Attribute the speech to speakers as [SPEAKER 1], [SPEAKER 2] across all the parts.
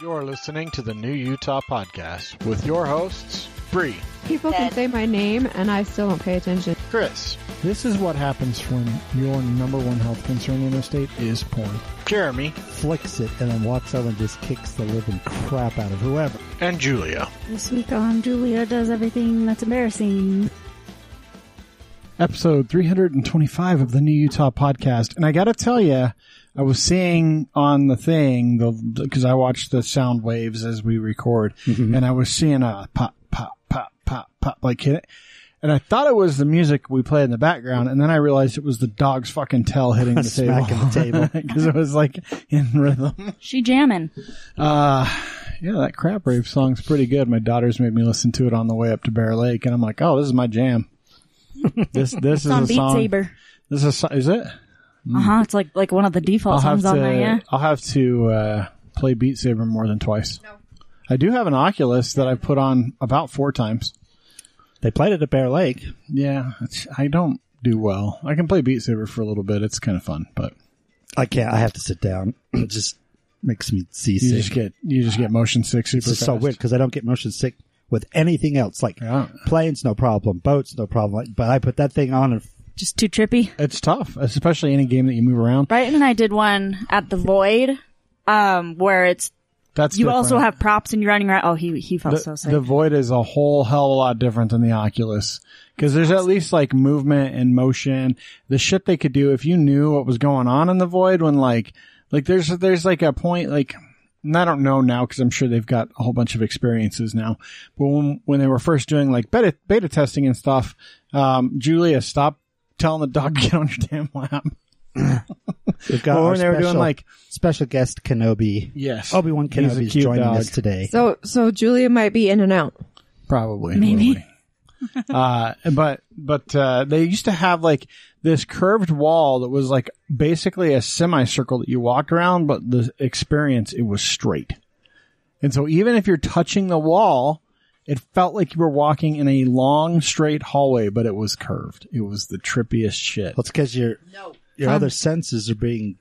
[SPEAKER 1] You're listening to the New Utah Podcast with your hosts, Bree,
[SPEAKER 2] People can say my name and I still don't pay attention.
[SPEAKER 1] Chris,
[SPEAKER 3] This is what happens when your number one health concern in the state is porn.
[SPEAKER 1] Jeremy,
[SPEAKER 4] flicks it and then walks over and just kicks the living crap out of whoever.
[SPEAKER 1] and Julia.
[SPEAKER 5] This week on Julia Does Everything That's Embarrassing.
[SPEAKER 3] Episode 325 of the New Utah Podcast. And I gotta tell you, I was seeing on the thing, the because I watch the sound waves as we record, and I was seeing a pop, pop, pop, pop, pop, like hit it. And I thought it was the music we play in the background, and then I realized it was the dog's fucking tail hitting the table.
[SPEAKER 4] Smacking the table.
[SPEAKER 3] Because it was like in rhythm.
[SPEAKER 5] She jamming.
[SPEAKER 3] Uh, yeah, that crap rave song's pretty good. My daughters made me listen to it on the way up to Bear Lake, and I'm like, oh, this is my jam. this this is
[SPEAKER 5] It's on
[SPEAKER 3] a
[SPEAKER 5] Beat
[SPEAKER 3] song.
[SPEAKER 5] Saber.
[SPEAKER 3] This is a, so- is it?
[SPEAKER 5] Uh huh. It's like like one of the default
[SPEAKER 3] I'll have
[SPEAKER 5] songs
[SPEAKER 3] to
[SPEAKER 5] on there. Yeah.
[SPEAKER 3] I'll have to uh, play Beat Saber more than twice. No. I do have an Oculus that I put on about four times.
[SPEAKER 4] They played it at Bear Lake.
[SPEAKER 3] Yeah, it's, I don't do well. I can play Beat Saber for a little bit. It's kind of fun, but
[SPEAKER 4] I can't. I have to sit down. It just makes me
[SPEAKER 3] you just
[SPEAKER 4] seasick.
[SPEAKER 3] get you just get motion sick super
[SPEAKER 4] It's just so
[SPEAKER 3] fast.
[SPEAKER 4] weird because I don't get motion sick with anything else. Like
[SPEAKER 3] Yeah.
[SPEAKER 4] planes, no problem. Boats, no problem. Like, but I put that thing on and
[SPEAKER 5] Just too trippy.
[SPEAKER 3] It's tough, especially any game that you move around.
[SPEAKER 5] Brighton and I did one at the Void, um, where it's
[SPEAKER 3] That's
[SPEAKER 5] you also
[SPEAKER 3] different.
[SPEAKER 5] have props and you're running around. Oh, he he felt
[SPEAKER 3] the,
[SPEAKER 5] so sick.
[SPEAKER 3] the Void is a whole hell of a lot different than the Oculus because there's at least like movement and motion. The shit they could do if you knew what was going on in the Void when like like there's there's like a point like and I don't know now because I'm sure they've got a whole bunch of experiences now. But when when they were first doing like beta beta testing and stuff, um, Julia stopped telling the dog to get on your damn lap.
[SPEAKER 4] we've got.
[SPEAKER 3] Well,
[SPEAKER 4] our
[SPEAKER 3] when they were doing,
[SPEAKER 4] special-
[SPEAKER 3] like-
[SPEAKER 4] special guest Kenobi.
[SPEAKER 3] Yes,
[SPEAKER 4] Obi Wan
[SPEAKER 3] He's a
[SPEAKER 4] Kenobi is
[SPEAKER 3] cute
[SPEAKER 4] joining
[SPEAKER 3] dog.
[SPEAKER 4] us today.
[SPEAKER 2] So, so Julia might be in and out.
[SPEAKER 3] Probably.
[SPEAKER 5] Maybe.
[SPEAKER 3] probably. uh, but but uh, they used to have like this curved wall that was like basically a semicircle that you walked around, but the experience it was straight. And so even if you're touching the wall, it felt like you were walking in a long straight hallway, but it was curved. It was the trippiest shit.
[SPEAKER 4] Well, it's because your your other senses are being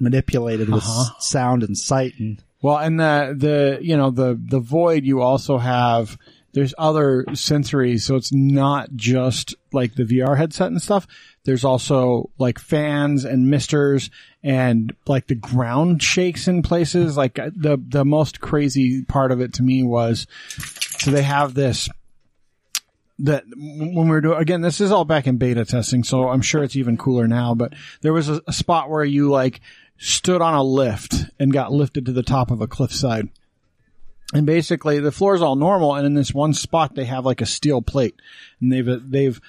[SPEAKER 4] manipulated with
[SPEAKER 3] Uh-huh.
[SPEAKER 4] s- sound and sight and
[SPEAKER 3] Well, and the the you know the the void you also have there's other sensories, so it's not just like the VR headset and stuff. There's also like fans and misters and like the ground shakes in places. Like the the most crazy part of it to me was so they have this that when we were doing again this is all back in beta testing so i'm sure it's even cooler now but there was a, a spot where you like stood on a lift and got lifted to the top of a cliffside and basically the floor is all normal and in this one spot they have like a steel plate and they've uh, they've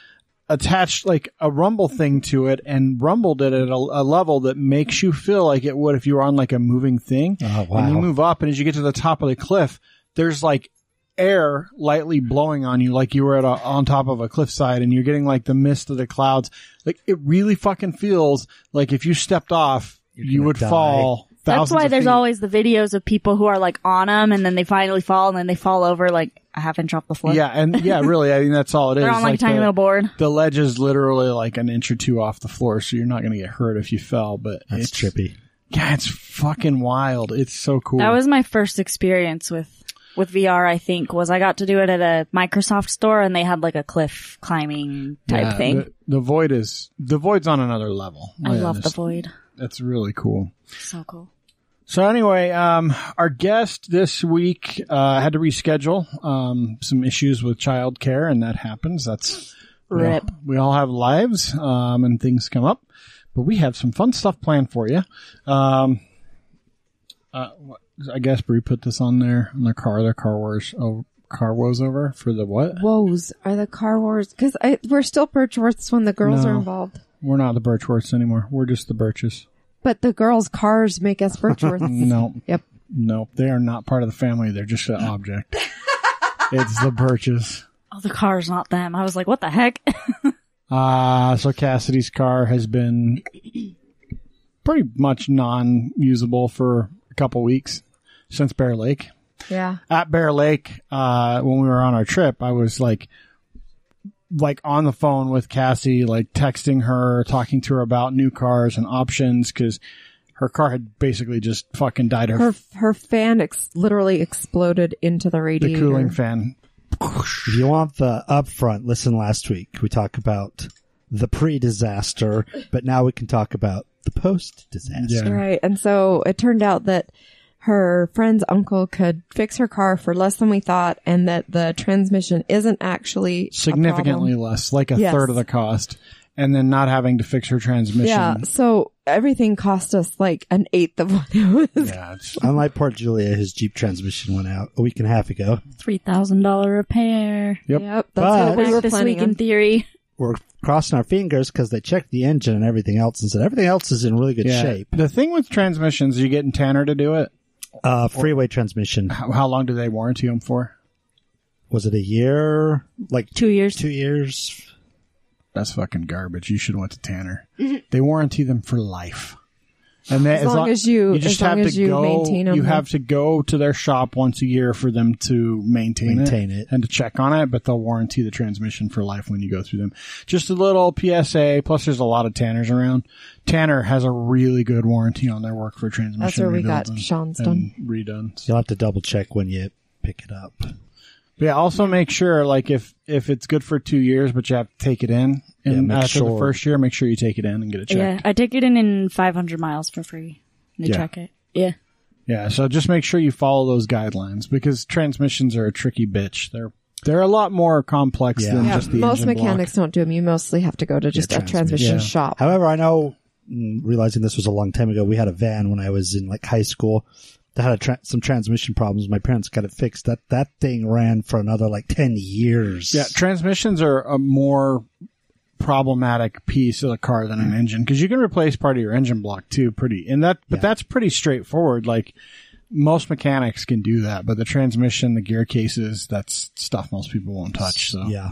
[SPEAKER 3] attached like a rumble thing to it and rumbled it at a, a level that makes you feel like it would if you were on like a moving thing
[SPEAKER 4] Oh, wow.
[SPEAKER 3] and you move up and as you get to the top of the cliff there's like air lightly blowing on you like you were at a, on top of a cliffside and you're getting like the mist of the clouds like it really fucking feels like if you stepped off you
[SPEAKER 4] gonna
[SPEAKER 3] would
[SPEAKER 4] die.
[SPEAKER 3] fall
[SPEAKER 5] That's
[SPEAKER 3] thousands
[SPEAKER 5] why
[SPEAKER 3] of
[SPEAKER 5] there's
[SPEAKER 3] feet.
[SPEAKER 5] always the videos of people who are like on them and then they finally fall and then they fall over like a half inch off the floor.
[SPEAKER 3] yeah and yeah really i mean that's all it is.
[SPEAKER 5] They're on like, tiny
[SPEAKER 3] the-
[SPEAKER 5] little board.
[SPEAKER 3] the ledge is literally like an inch or two off the floor, so you're not going to get hurt if you fell. But
[SPEAKER 4] that's
[SPEAKER 3] it's,
[SPEAKER 4] trippy.
[SPEAKER 3] Yeah, it's fucking wild. It's so cool.
[SPEAKER 5] That was my first experience with with VR. I think was I got to do it at a Microsoft store, and they had like a cliff climbing type
[SPEAKER 3] Yeah,
[SPEAKER 5] thing.
[SPEAKER 3] The, the void is the void's on another level.
[SPEAKER 5] I
[SPEAKER 3] Yeah,
[SPEAKER 5] love the
[SPEAKER 3] that's-
[SPEAKER 5] void.
[SPEAKER 3] That's really cool.
[SPEAKER 5] So cool.
[SPEAKER 3] So anyway, um, our guest this week uh, had to reschedule um, some issues with childcare, and that happens. That's you know,
[SPEAKER 5] Rip.
[SPEAKER 3] we all have lives, um, and things come up, but we have some fun stuff planned for you. Um, uh, what- I guess Brie put this on there on the car. The car wars over, car woes over for the what?
[SPEAKER 2] Woes are the car wars because we're still Birchworths when the girls
[SPEAKER 3] No.
[SPEAKER 2] are involved,
[SPEAKER 3] We're not the Birchworths anymore. We're just the Birches.
[SPEAKER 2] but the girls' cars make us Birchworths.
[SPEAKER 3] No,
[SPEAKER 2] Yep.
[SPEAKER 3] no, they are not part of the family. They're just an object. it's the Birches.
[SPEAKER 5] Oh, the car's not them. I was like, what the heck?
[SPEAKER 3] Uh, so Cassidy's car has been pretty much non-usable for a couple weeks since Bear Lake.
[SPEAKER 2] Yeah.
[SPEAKER 3] At Bear Lake, uh, when we were on our trip, I was like, like on the phone with Cassie, like texting her, talking to her about new cars and options because her car had basically just fucking died. Her,
[SPEAKER 2] Her her fan ex- literally exploded into the
[SPEAKER 3] the
[SPEAKER 2] radiator.
[SPEAKER 3] cooling fan.
[SPEAKER 4] If you want the upfront, listen last week. We talk about the pre-disaster, but now we can talk about the post-disaster.
[SPEAKER 3] Yeah.
[SPEAKER 2] Right. And so it turned out that her friend's uncle could fix her car for less than we thought and that the transmission isn't actually a
[SPEAKER 3] significantly
[SPEAKER 2] problem.
[SPEAKER 3] less, like a
[SPEAKER 2] Yes.
[SPEAKER 3] third of the cost, and then not having to fix her transmission.
[SPEAKER 2] Yeah. So everything cost us like an eighth of what it was.
[SPEAKER 3] Yeah, it's-
[SPEAKER 4] Unlike Port Julia, his Jeep transmission went out a week and a half ago.
[SPEAKER 5] Three thousand dollar repair.
[SPEAKER 3] Yep.
[SPEAKER 2] That's what
[SPEAKER 5] Back
[SPEAKER 2] we were
[SPEAKER 5] this week
[SPEAKER 2] planning
[SPEAKER 5] in
[SPEAKER 2] on.
[SPEAKER 5] theory.
[SPEAKER 4] We're crossing our fingers because they checked the engine and everything else and said everything else is in really good
[SPEAKER 3] yeah.
[SPEAKER 4] shape.
[SPEAKER 3] The thing with transmissions, you getting Tanner to do it.
[SPEAKER 4] Uh, freeway transmission.
[SPEAKER 3] How, how long do they warranty them for?
[SPEAKER 4] Was it a year? Like
[SPEAKER 5] Two years.
[SPEAKER 4] two years?
[SPEAKER 3] That's fucking garbage. You should have went to Tanner. they warranty them for life. And they,
[SPEAKER 2] As long as you- as long as you
[SPEAKER 3] go,
[SPEAKER 2] maintain 'em.
[SPEAKER 3] You have to go to their shop once a year for them to maintain,
[SPEAKER 4] Maintain it.
[SPEAKER 3] and to check on it. But they'll warranty the transmission for life when you go through them. Just a little PSA. Plus, there's a lot of Tanners around. Tanner has a really good warranty on their work for transmission.
[SPEAKER 2] That's where we
[SPEAKER 3] rebuilds
[SPEAKER 2] got
[SPEAKER 3] and-
[SPEAKER 2] Sean's
[SPEAKER 3] and
[SPEAKER 2] done.
[SPEAKER 3] redone. So-
[SPEAKER 4] You'll have to double check when you pick it up.
[SPEAKER 3] But yeah, also make sure like if if it's good for two years, but you have to take it in, and
[SPEAKER 4] make
[SPEAKER 3] after the
[SPEAKER 4] sure.
[SPEAKER 3] first year, make sure you take it in and get it checked.
[SPEAKER 5] Yeah, I took it in in five hundred miles for free. They
[SPEAKER 3] Yeah.
[SPEAKER 5] check it. Yeah.
[SPEAKER 3] Yeah, so just make sure you follow those guidelines because transmissions are a tricky bitch. They're they're a lot more complex
[SPEAKER 4] Yeah.
[SPEAKER 3] than
[SPEAKER 2] Yeah,
[SPEAKER 3] just the
[SPEAKER 2] most
[SPEAKER 3] engine block.
[SPEAKER 2] mechanics don't do them. You mostly have to go to just a transmission
[SPEAKER 3] Yeah.
[SPEAKER 2] shop.
[SPEAKER 4] However, I know, mm, realizing this was a long time ago, we had a van when I was in like high school that had a tra- some transmission problems. My parents got it fixed. That that thing ran for another like ten years.
[SPEAKER 3] Yeah, transmissions are a more problematic piece of the car than
[SPEAKER 4] Mm.
[SPEAKER 3] an engine because you can replace part of your engine block too, pretty. And that, but that's pretty straightforward. Like most mechanics can do that, but the transmission, the gear cases, that's stuff most people won't touch. So
[SPEAKER 4] yeah.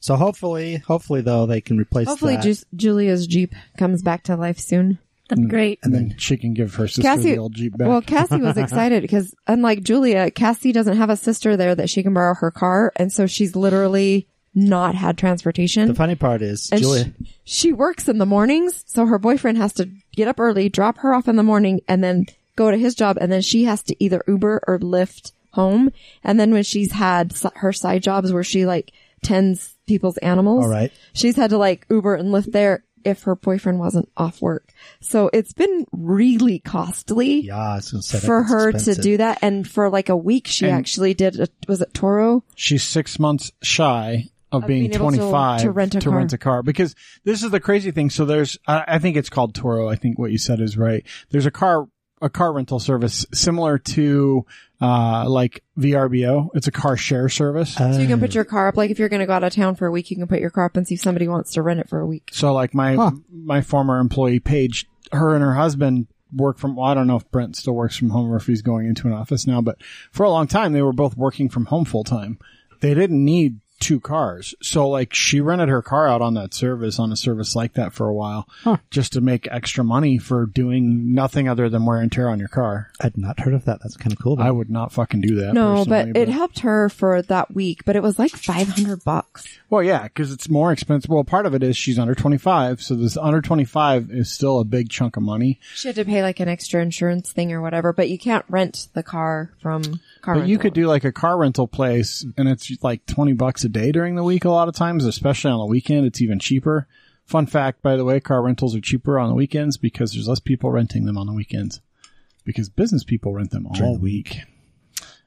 [SPEAKER 4] So hopefully, hopefully though, they can replace.
[SPEAKER 2] Hopefully,
[SPEAKER 4] that.
[SPEAKER 2] Ju- Julia's Jeep comes back to life soon.
[SPEAKER 5] That's great.
[SPEAKER 3] and then she can give her sister
[SPEAKER 2] Hmm. Cassie,
[SPEAKER 3] the old Jeep back.
[SPEAKER 2] well, Cassie was excited because unlike Julia, Cassie doesn't have a sister there that she can borrow her car, and so she's literally not had
[SPEAKER 4] the
[SPEAKER 2] transportation.
[SPEAKER 4] funny part is
[SPEAKER 2] And
[SPEAKER 4] Julia.
[SPEAKER 2] she, she works in the mornings, so her boyfriend has to get up early, drop her off in the morning, and then go to his job, and then she has to either Uber or Lyft home. And then when she's had s- her side jobs where she like tends people's animals,
[SPEAKER 4] All right.
[SPEAKER 2] she's had to like Uber and Lyft there if her boyfriend wasn't off work. So it's been really costly
[SPEAKER 4] yeah, I was gonna say that
[SPEAKER 2] for
[SPEAKER 4] gets
[SPEAKER 2] her to
[SPEAKER 4] expensive.
[SPEAKER 2] do that. And for like a week, she
[SPEAKER 3] And-
[SPEAKER 2] actually did, a, was it Toro?
[SPEAKER 3] she's six months shy of
[SPEAKER 2] Of
[SPEAKER 3] being,
[SPEAKER 2] being able to-
[SPEAKER 3] 25
[SPEAKER 2] to rent a car.
[SPEAKER 3] car because this is the crazy thing. So there's, I, I think it's called Toro. I think what you said is right. There's a car, a car rental service similar to, uh, like VRBO. It's a car share service.
[SPEAKER 2] So you can
[SPEAKER 4] Uh.
[SPEAKER 2] put your car up. Like if you're going to go out of town for a week, you can put your car up and see if somebody wants to rent it for a week.
[SPEAKER 3] So like my my former employee Paige, her and her husband work from. Well, I don't know if Brent still works from home or if he's going into an office now, but for a long time they were both working from home full time. They didn't need two cars, so like she rented her car out on that service on a service like that for a while, just to make extra money for doing nothing other than wear and tear on your car.
[SPEAKER 4] I'd not heard of that. That's kind of cool.
[SPEAKER 3] I would not fucking do that.
[SPEAKER 2] No,
[SPEAKER 3] personally,
[SPEAKER 2] but, it helped her for that week, but it was like 500 bucks.
[SPEAKER 3] Well, yeah, because it's more expensive. Well, part of it is she's under 25, so this under 25 is still a big chunk of money.
[SPEAKER 2] She had to pay like an extra insurance thing or whatever, but you can't rent the car from car.
[SPEAKER 3] But you
[SPEAKER 2] rental.
[SPEAKER 3] could do like a car rental place and it's like 20 bucks a day during the week a lot of times, especially on the weekend. It's even cheaper. Fun fact, by the way, car rentals are cheaper on the weekends because there's less people renting them on the weekends because business people rent them all
[SPEAKER 4] the
[SPEAKER 3] week.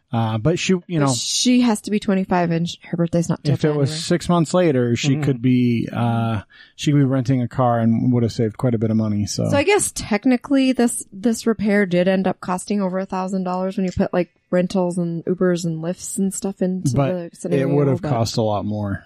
[SPEAKER 3] Uh, but she, you know,
[SPEAKER 2] She has to be 25 and sh- her birthday's not till
[SPEAKER 3] if it was
[SPEAKER 2] January.
[SPEAKER 3] six months later, she
[SPEAKER 2] Mm-hmm.
[SPEAKER 3] could be, uh, she could be renting a car and would have saved quite a bit of money. So,
[SPEAKER 2] So I guess technically this this repair did end up costing over a thousand dollars when you put like rentals and Ubers and lifts and stuff into
[SPEAKER 3] but
[SPEAKER 2] the scenario.
[SPEAKER 3] it would have
[SPEAKER 2] but-
[SPEAKER 3] cost a lot more.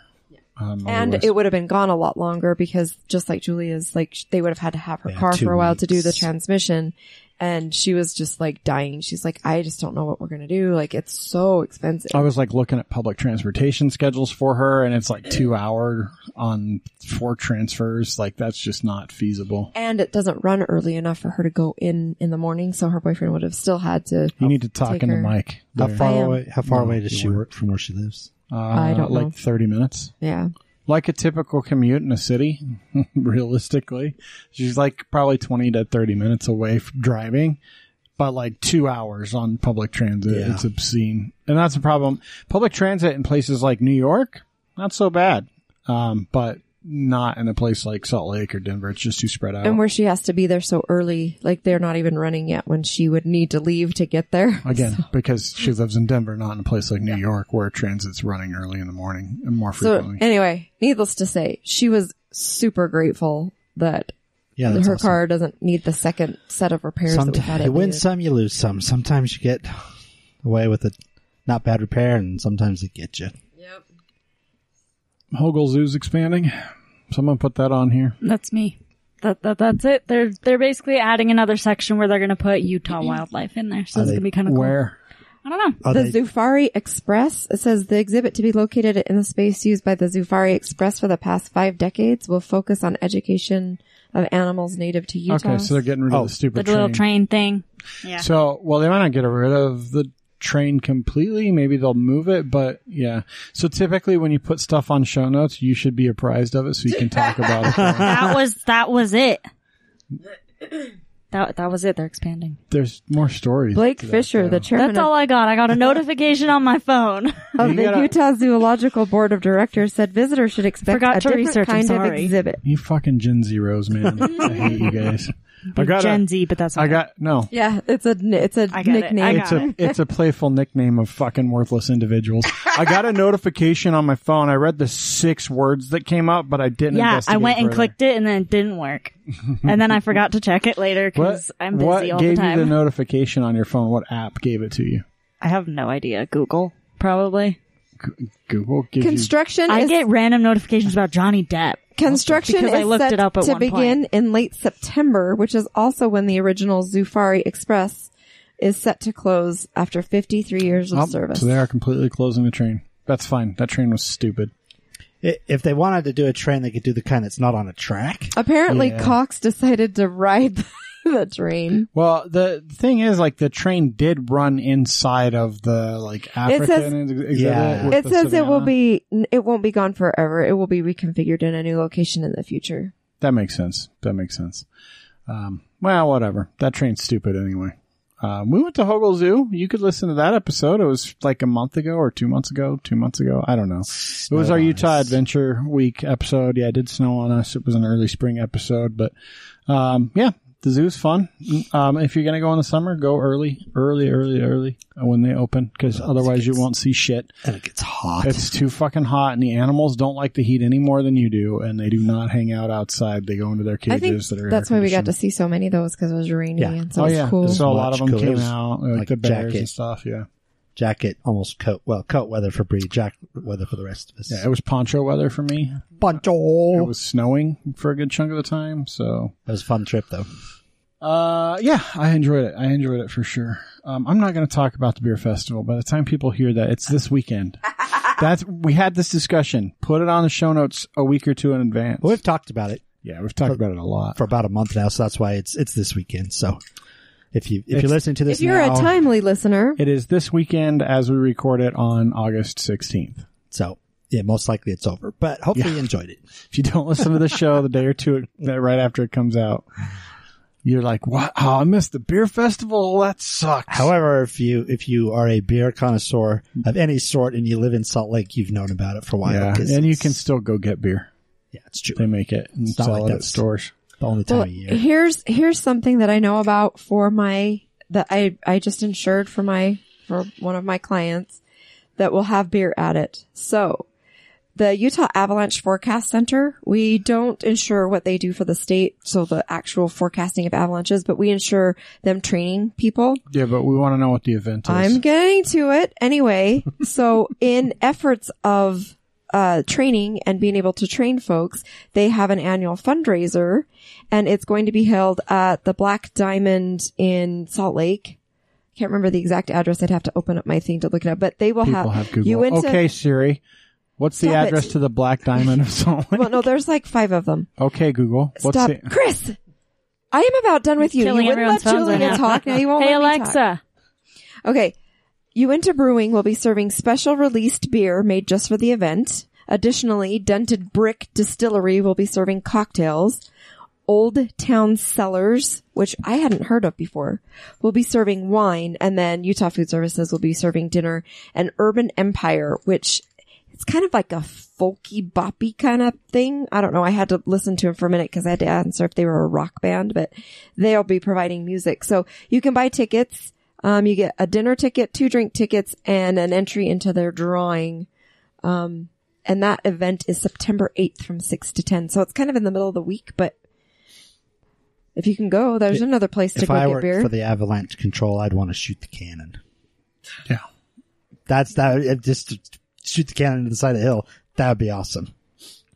[SPEAKER 3] Um,
[SPEAKER 2] and
[SPEAKER 3] otherwise.
[SPEAKER 2] it would have been gone a lot longer because just like Julia's, like sh- they would have had to have her
[SPEAKER 4] Yeah,
[SPEAKER 2] car
[SPEAKER 4] two
[SPEAKER 2] for a while to do the
[SPEAKER 4] weeks.
[SPEAKER 2] transmission, and she was just like dying. She's like, I just don't know what we're gonna do. Like it's so expensive.
[SPEAKER 3] I was like looking at public transportation schedules for her and it's like two hour on four transfers. Like that's just not feasible.
[SPEAKER 2] and it doesn't run early enough for her to go in in the morning, so her boyfriend would have still had to.
[SPEAKER 3] You need to talk
[SPEAKER 2] Take
[SPEAKER 3] in the
[SPEAKER 2] her.
[SPEAKER 3] mic.
[SPEAKER 4] How
[SPEAKER 3] there.
[SPEAKER 4] far
[SPEAKER 2] am-
[SPEAKER 4] away? How far
[SPEAKER 3] No,
[SPEAKER 4] away does
[SPEAKER 3] you
[SPEAKER 4] she
[SPEAKER 3] weren't.
[SPEAKER 4] work from where she lives?
[SPEAKER 3] Uh,
[SPEAKER 2] I don't know.
[SPEAKER 3] Like 30 minutes.
[SPEAKER 2] Yeah,
[SPEAKER 3] like a typical commute in a city, realistically, she's like probably 20 to 30 minutes away from driving, but like two hours on public transit.
[SPEAKER 4] Yeah.
[SPEAKER 3] It's obscene. And that's a problem. Public transit in places like New York, not so bad. Um, but not in a place like Salt Lake or Denver. It's just too spread out.
[SPEAKER 2] And where she has to be there so early, like they're not even running yet when she would need to leave to get there.
[SPEAKER 3] Again, because she lives in Denver, not in a place like New York where transit's running early in the morning and more
[SPEAKER 2] So
[SPEAKER 3] frequently.
[SPEAKER 2] anyway, needless to say, she was super grateful that
[SPEAKER 4] Yeah,
[SPEAKER 2] her
[SPEAKER 4] that's awesome.
[SPEAKER 2] car doesn't need the second set of repairs that we thought
[SPEAKER 4] Sometimes
[SPEAKER 2] it
[SPEAKER 4] you win
[SPEAKER 2] needed.
[SPEAKER 4] some, you lose some. Sometimes you get away with a not bad repair, and sometimes they get you.
[SPEAKER 3] Hogle Zoo's expanding. Someone put that on here.
[SPEAKER 5] That's me. That, that that's it. They're they're basically adding another section where they're going to put Utah wildlife in there, so
[SPEAKER 4] Are
[SPEAKER 5] it's
[SPEAKER 4] they-
[SPEAKER 5] going to be kind of cool.
[SPEAKER 3] Where?
[SPEAKER 5] I don't know.
[SPEAKER 4] Are
[SPEAKER 2] the
[SPEAKER 4] they-
[SPEAKER 2] Zufari Express. It says the exhibit to be located in the space used by the Zufari Express for the past five decades will focus on education of animals native to Utah.
[SPEAKER 3] Okay, so they're getting rid
[SPEAKER 4] Oh,
[SPEAKER 3] of the stupid
[SPEAKER 5] The little
[SPEAKER 3] train.
[SPEAKER 5] train thing. Yeah.
[SPEAKER 3] So, well, they might not get rid of the train completely. Maybe they'll move it, but yeah. So typically, when you put stuff on show notes, you should be apprised of it so you can talk about it.
[SPEAKER 5] that was that was it. That that was it. They're expanding.
[SPEAKER 3] There's more stories.
[SPEAKER 2] Blake
[SPEAKER 3] to that,
[SPEAKER 2] Fisher, the
[SPEAKER 3] though.
[SPEAKER 2] chairman
[SPEAKER 5] That's all I got. I got a notification on my phone.
[SPEAKER 2] of
[SPEAKER 3] You
[SPEAKER 2] the
[SPEAKER 3] gotta-
[SPEAKER 2] Utah Zoological Board of Directors, said visitors should expect
[SPEAKER 5] Forgot
[SPEAKER 2] a
[SPEAKER 5] to
[SPEAKER 2] different
[SPEAKER 5] research, I'm
[SPEAKER 2] kind of
[SPEAKER 5] sorry.
[SPEAKER 2] exhibit.
[SPEAKER 3] You fucking Gen Zeros, man. I hate you guys. I got.
[SPEAKER 5] Gen
[SPEAKER 3] A,
[SPEAKER 5] Z, but that's
[SPEAKER 3] I
[SPEAKER 5] okay.
[SPEAKER 3] got no.
[SPEAKER 2] Yeah, it's a it's a
[SPEAKER 5] I got it.
[SPEAKER 2] nickname.
[SPEAKER 5] I
[SPEAKER 3] It's a it's a playful nickname of fucking worthless individuals. I got a notification on my phone. I read the six words that came up, but I didn't.
[SPEAKER 5] Yeah, I
[SPEAKER 3] investigate
[SPEAKER 5] went and
[SPEAKER 3] further.
[SPEAKER 5] clicked it, and then it didn't work. and then I forgot to check it later
[SPEAKER 3] What,
[SPEAKER 5] because I'm busy
[SPEAKER 3] what
[SPEAKER 5] all
[SPEAKER 3] gave
[SPEAKER 5] the time.
[SPEAKER 3] you the notification on your phone? What app gave it to you?
[SPEAKER 5] I have no idea. Google probably.
[SPEAKER 3] Google gives
[SPEAKER 2] Construction
[SPEAKER 5] I
[SPEAKER 2] is
[SPEAKER 5] get random notifications about Johnny Depp.
[SPEAKER 2] Construction is
[SPEAKER 5] Because I looked
[SPEAKER 2] set
[SPEAKER 5] it up at
[SPEAKER 2] to
[SPEAKER 5] one
[SPEAKER 2] begin in late September, which is also when the original Zufari Express is set to close after 53 years of
[SPEAKER 3] you. Oh,
[SPEAKER 2] service.
[SPEAKER 3] So they are completely closing the train. That's fine. That train was stupid.
[SPEAKER 4] i- if they wanted to do a train, they could do the kind that's not on a track.
[SPEAKER 2] Apparently,
[SPEAKER 3] Yeah.
[SPEAKER 2] Cox decided to ride the, the train.
[SPEAKER 3] Well, the thing is, like, the train did run inside of the like African
[SPEAKER 2] says-
[SPEAKER 3] exhibit.
[SPEAKER 4] Yeah.
[SPEAKER 3] with
[SPEAKER 2] It
[SPEAKER 3] the
[SPEAKER 2] says it will
[SPEAKER 3] savannah.
[SPEAKER 2] be it won't be gone forever. It will be reconfigured in a new location in the future.
[SPEAKER 3] That makes sense. That makes sense. Um, well, whatever. That train's stupid anyway. Um, we went to Hogle Zoo. You could listen to that episode. It was like a month ago or two months ago, two months ago. I don't know. it was our
[SPEAKER 4] on
[SPEAKER 3] Utah
[SPEAKER 4] us.
[SPEAKER 3] Adventure Week episode. Yeah, it did snow on us. It was an early spring episode, but um, yeah, the zoo's fun. Um, if you're gonna go in the summer, go early, early, early, early uh, when they open, because otherwise you won't see shit.
[SPEAKER 4] And it gets hot.
[SPEAKER 3] It's too fucking hot, and the animals don't like the heat any more than you do, and they do not hang out outside. They go into their
[SPEAKER 2] I think
[SPEAKER 3] cages that are.
[SPEAKER 2] that's why we got to
[SPEAKER 3] air-conditioned.
[SPEAKER 2] see so many of those because it was rainy
[SPEAKER 4] Yeah.
[SPEAKER 2] and so
[SPEAKER 3] oh
[SPEAKER 2] it was
[SPEAKER 3] yeah,
[SPEAKER 2] cool.
[SPEAKER 3] so a lot of
[SPEAKER 4] Watch
[SPEAKER 3] them came
[SPEAKER 4] coolers,
[SPEAKER 3] out, like,
[SPEAKER 4] like
[SPEAKER 3] the bears
[SPEAKER 4] jacket.
[SPEAKER 3] and stuff. Yeah,
[SPEAKER 4] jacket, almost coat. Well, coat weather for Bree, jacket weather for the rest of us.
[SPEAKER 3] yeah. It was poncho weather for me. It
[SPEAKER 4] Poncho.
[SPEAKER 3] was snowing for a good chunk of the time, so.
[SPEAKER 4] That was a fun trip though.
[SPEAKER 3] Uh, yeah, I enjoyed it. I enjoyed it for sure. Um, I'm not going to talk about the beer festival. By the time people hear that, it's this weekend. That's we had this discussion. Put it on the show notes a week or two in advance.
[SPEAKER 4] Well, we've talked about it
[SPEAKER 3] Yeah, we've talked about it a lot.
[SPEAKER 4] for about a month now, so that's why it's it's this weekend. So if you if
[SPEAKER 3] It's-
[SPEAKER 4] you're listening to this,
[SPEAKER 2] If you're
[SPEAKER 4] now,
[SPEAKER 2] a timely listener,
[SPEAKER 3] It is this weekend as we record it on August 16th.
[SPEAKER 4] so yeah, most likely it's over. But hopefully you enjoyed it.
[SPEAKER 3] If you don't listen to the show the day or two that right after it comes out, you're like, "What? Oh, I missed the beer festival. That sucks."
[SPEAKER 4] However, if you if you are a beer connoisseur of any sort and you live in Salt Lake, you've known about it for a while.
[SPEAKER 3] yeah,
[SPEAKER 4] 'cause
[SPEAKER 3] and you
[SPEAKER 4] it's-
[SPEAKER 3] can still go get beer.
[SPEAKER 4] yeah, it's true.
[SPEAKER 3] They make it and
[SPEAKER 4] It's not
[SPEAKER 3] sell
[SPEAKER 4] like
[SPEAKER 3] it at
[SPEAKER 4] that's-
[SPEAKER 3] stores.
[SPEAKER 4] The only time
[SPEAKER 2] Well,
[SPEAKER 4] of year.
[SPEAKER 2] here's here's something that I know about for my that I I just insured for my for one of my clients that will have beer at it. So the Utah Avalanche Forecast Center, we don't insure what they do for the state, so the actual forecasting of avalanches, but we insure them training people.
[SPEAKER 3] Yeah, but we want to know what the event is.
[SPEAKER 2] I'm getting to it anyway. so in efforts of uh, training and being able to train folks, they have an annual fundraiser and it's going to be held at the Black Diamond in Salt Lake. Can't remember the exact address. I'd have to open up my thing to look it up, but they will
[SPEAKER 3] People
[SPEAKER 2] have,
[SPEAKER 3] have Google.
[SPEAKER 2] you into,
[SPEAKER 3] okay, Siri, what's the
[SPEAKER 2] Stop it.
[SPEAKER 3] address to the Black Diamond of Salt Lake?
[SPEAKER 2] well, no, there's like five of them.
[SPEAKER 3] okay, Google. What's
[SPEAKER 2] Stop.
[SPEAKER 3] the
[SPEAKER 2] Chris, I am about done with you.
[SPEAKER 5] Killing
[SPEAKER 2] you wouldn't let
[SPEAKER 5] everyone's phones right
[SPEAKER 2] Julia
[SPEAKER 5] now.
[SPEAKER 2] talk. Now you won't
[SPEAKER 5] Hey
[SPEAKER 2] let me talk.
[SPEAKER 5] Alexa,
[SPEAKER 2] Okay. Uinta Brewing will be serving special released beer made just for the event. Additionally, Dented Brick Distillery will be serving cocktails. Old Town Cellars, which I hadn't heard of before, will be serving wine, and then Utah Food Services will be serving dinner. And Urban Empire, which it's kind of like a folky boppy kind of thing. I don't know. I had to listen to them for a minute because I had to answer if they were a rock band, but they'll be providing music. So you can buy tickets. Um, you get a dinner ticket, two drink tickets, and an entry into their drawing. Um, and that event is September 8th from 6 to 10. So it's kind of in the middle of the week, but if you can go, there's another place to
[SPEAKER 4] If
[SPEAKER 2] go
[SPEAKER 4] I
[SPEAKER 2] get
[SPEAKER 4] were
[SPEAKER 2] beer.
[SPEAKER 4] for the avalanche control, I'd want to shoot the cannon.
[SPEAKER 3] Yeah.
[SPEAKER 4] That's that. it Just shoot the cannon to the side of the hill. That would be awesome.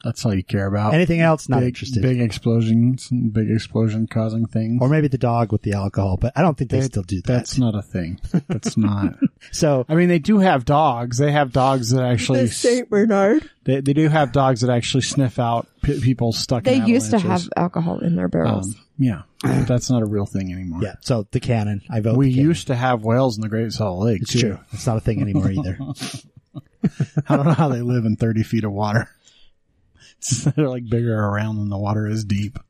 [SPEAKER 3] That's all you care about.
[SPEAKER 4] Anything else? Not
[SPEAKER 3] Oh, big,
[SPEAKER 4] interested.
[SPEAKER 3] Big explosions, and big explosion causing things.
[SPEAKER 4] Or maybe the dog with the alcohol, but I don't think they, still do that.
[SPEAKER 3] That's not a thing. That's not.
[SPEAKER 4] so
[SPEAKER 3] I mean, they do have dogs. They have dogs that actually.
[SPEAKER 2] The St. Bernard.
[SPEAKER 3] They, they do have dogs that actually sniff out p- people stuck.
[SPEAKER 2] They
[SPEAKER 3] in
[SPEAKER 2] used to have
[SPEAKER 3] avalanches.
[SPEAKER 2] alcohol in their barrels.
[SPEAKER 3] Um, yeah, that's not a real thing anymore.
[SPEAKER 4] yeah, so the cannon. I vote.
[SPEAKER 3] We
[SPEAKER 4] the cannon.
[SPEAKER 3] used to have whales in the Great Salt Lake.
[SPEAKER 4] It's
[SPEAKER 3] too.
[SPEAKER 4] true. It's not a thing anymore either.
[SPEAKER 3] I don't know how they live in 30 feet of water. They're like bigger around than the water is deep.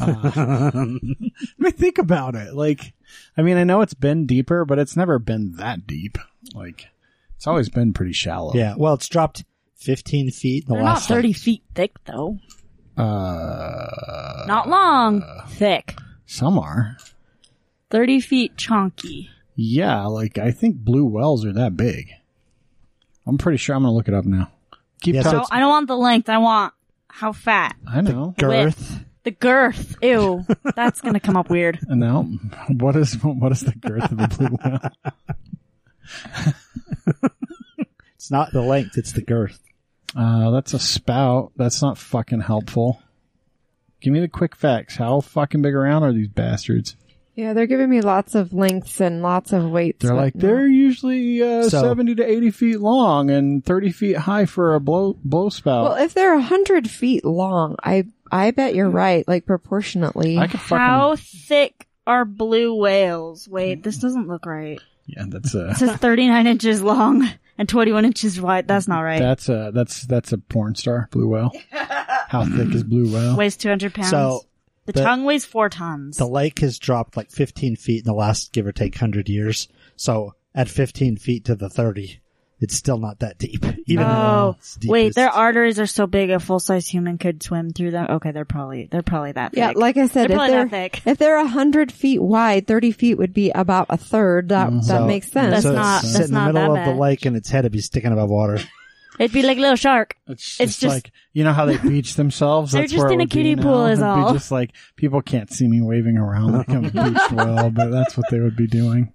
[SPEAKER 3] Uh, I mean, think about it. Like, I mean, I know it's been deeper, but it's never been that deep. Like, it's always been pretty shallow.
[SPEAKER 4] yeah. Well, it's dropped 15 feet in the
[SPEAKER 5] They're not
[SPEAKER 4] last.
[SPEAKER 5] thirty feet thick though.
[SPEAKER 3] Uh,
[SPEAKER 5] Not long, thick.
[SPEAKER 3] some are.
[SPEAKER 5] Thirty feet chonky.
[SPEAKER 3] Yeah. Like, I think blue wells are that big. I'm pretty sure I'm going to look it up now. Keep
[SPEAKER 4] Yeah, so
[SPEAKER 5] No,
[SPEAKER 3] talking.
[SPEAKER 5] I don't want the length. I want how fat.
[SPEAKER 3] I know.
[SPEAKER 4] girth.
[SPEAKER 5] The girth. Ew, that's gonna come up weird.
[SPEAKER 3] No. What is, what is the girth of a blue whale?
[SPEAKER 4] It's not the length. It's the girth.
[SPEAKER 3] Uh, that's a spout. That's not fucking helpful. Give me the quick facts. How fucking big around are these bastards?
[SPEAKER 2] Yeah, they're giving me lots of lengths and lots of weights.
[SPEAKER 3] They're
[SPEAKER 2] but
[SPEAKER 3] like
[SPEAKER 2] no.
[SPEAKER 3] they're usually uh,
[SPEAKER 4] So-
[SPEAKER 3] seventy to eighty feet long and thirty feet high for a blow blow
[SPEAKER 2] Well,
[SPEAKER 3] spout.
[SPEAKER 2] if they're a hundred feet long, I I bet you're right. Like proportionately,
[SPEAKER 3] I could fucking
[SPEAKER 5] How thick are blue whales? Wait, this doesn't look right.
[SPEAKER 3] yeah. That's a
[SPEAKER 5] It says thirty nine inches long and twenty one inches wide. That's not right.
[SPEAKER 3] that's a that's that's a porn star blue whale. How thick is blue whale?
[SPEAKER 5] weighs two hundred pounds.
[SPEAKER 4] So
[SPEAKER 5] the,
[SPEAKER 4] the-
[SPEAKER 5] tongue weighs four tons.
[SPEAKER 4] The lake has dropped like 15 feet in the last give or take 100 years. So at 15 feet to the 30, it's still not that deep. Even
[SPEAKER 5] oh
[SPEAKER 4] it's
[SPEAKER 5] wait,
[SPEAKER 4] deepest.
[SPEAKER 5] their arteries are so big a full size human could swim through them. Okay, they're probably they're probably that.
[SPEAKER 2] yeah.
[SPEAKER 5] thick.
[SPEAKER 2] Like I said, if
[SPEAKER 5] They're probably
[SPEAKER 2] they're
[SPEAKER 5] that thick.
[SPEAKER 2] if they're a hundred feet wide, thirty feet would be about a third. That that
[SPEAKER 4] So-
[SPEAKER 2] makes sense.
[SPEAKER 5] That's
[SPEAKER 4] so
[SPEAKER 5] not-
[SPEAKER 4] it's
[SPEAKER 5] that's
[SPEAKER 4] sit in the
[SPEAKER 5] not
[SPEAKER 4] middle
[SPEAKER 5] that
[SPEAKER 4] of the
[SPEAKER 5] bad.
[SPEAKER 4] lake and its head would be sticking above water.
[SPEAKER 5] it'd be like a little shark.
[SPEAKER 3] It's just,
[SPEAKER 5] It's just-
[SPEAKER 3] like you know how they beach themselves.
[SPEAKER 5] They're
[SPEAKER 3] That's
[SPEAKER 5] just
[SPEAKER 3] where it
[SPEAKER 5] in a
[SPEAKER 3] would be
[SPEAKER 5] kiddie
[SPEAKER 3] now.
[SPEAKER 5] pool is
[SPEAKER 3] It'd be
[SPEAKER 5] all.
[SPEAKER 3] just like people can't see me waving around like I'm a beached whale, but that's what they would be doing.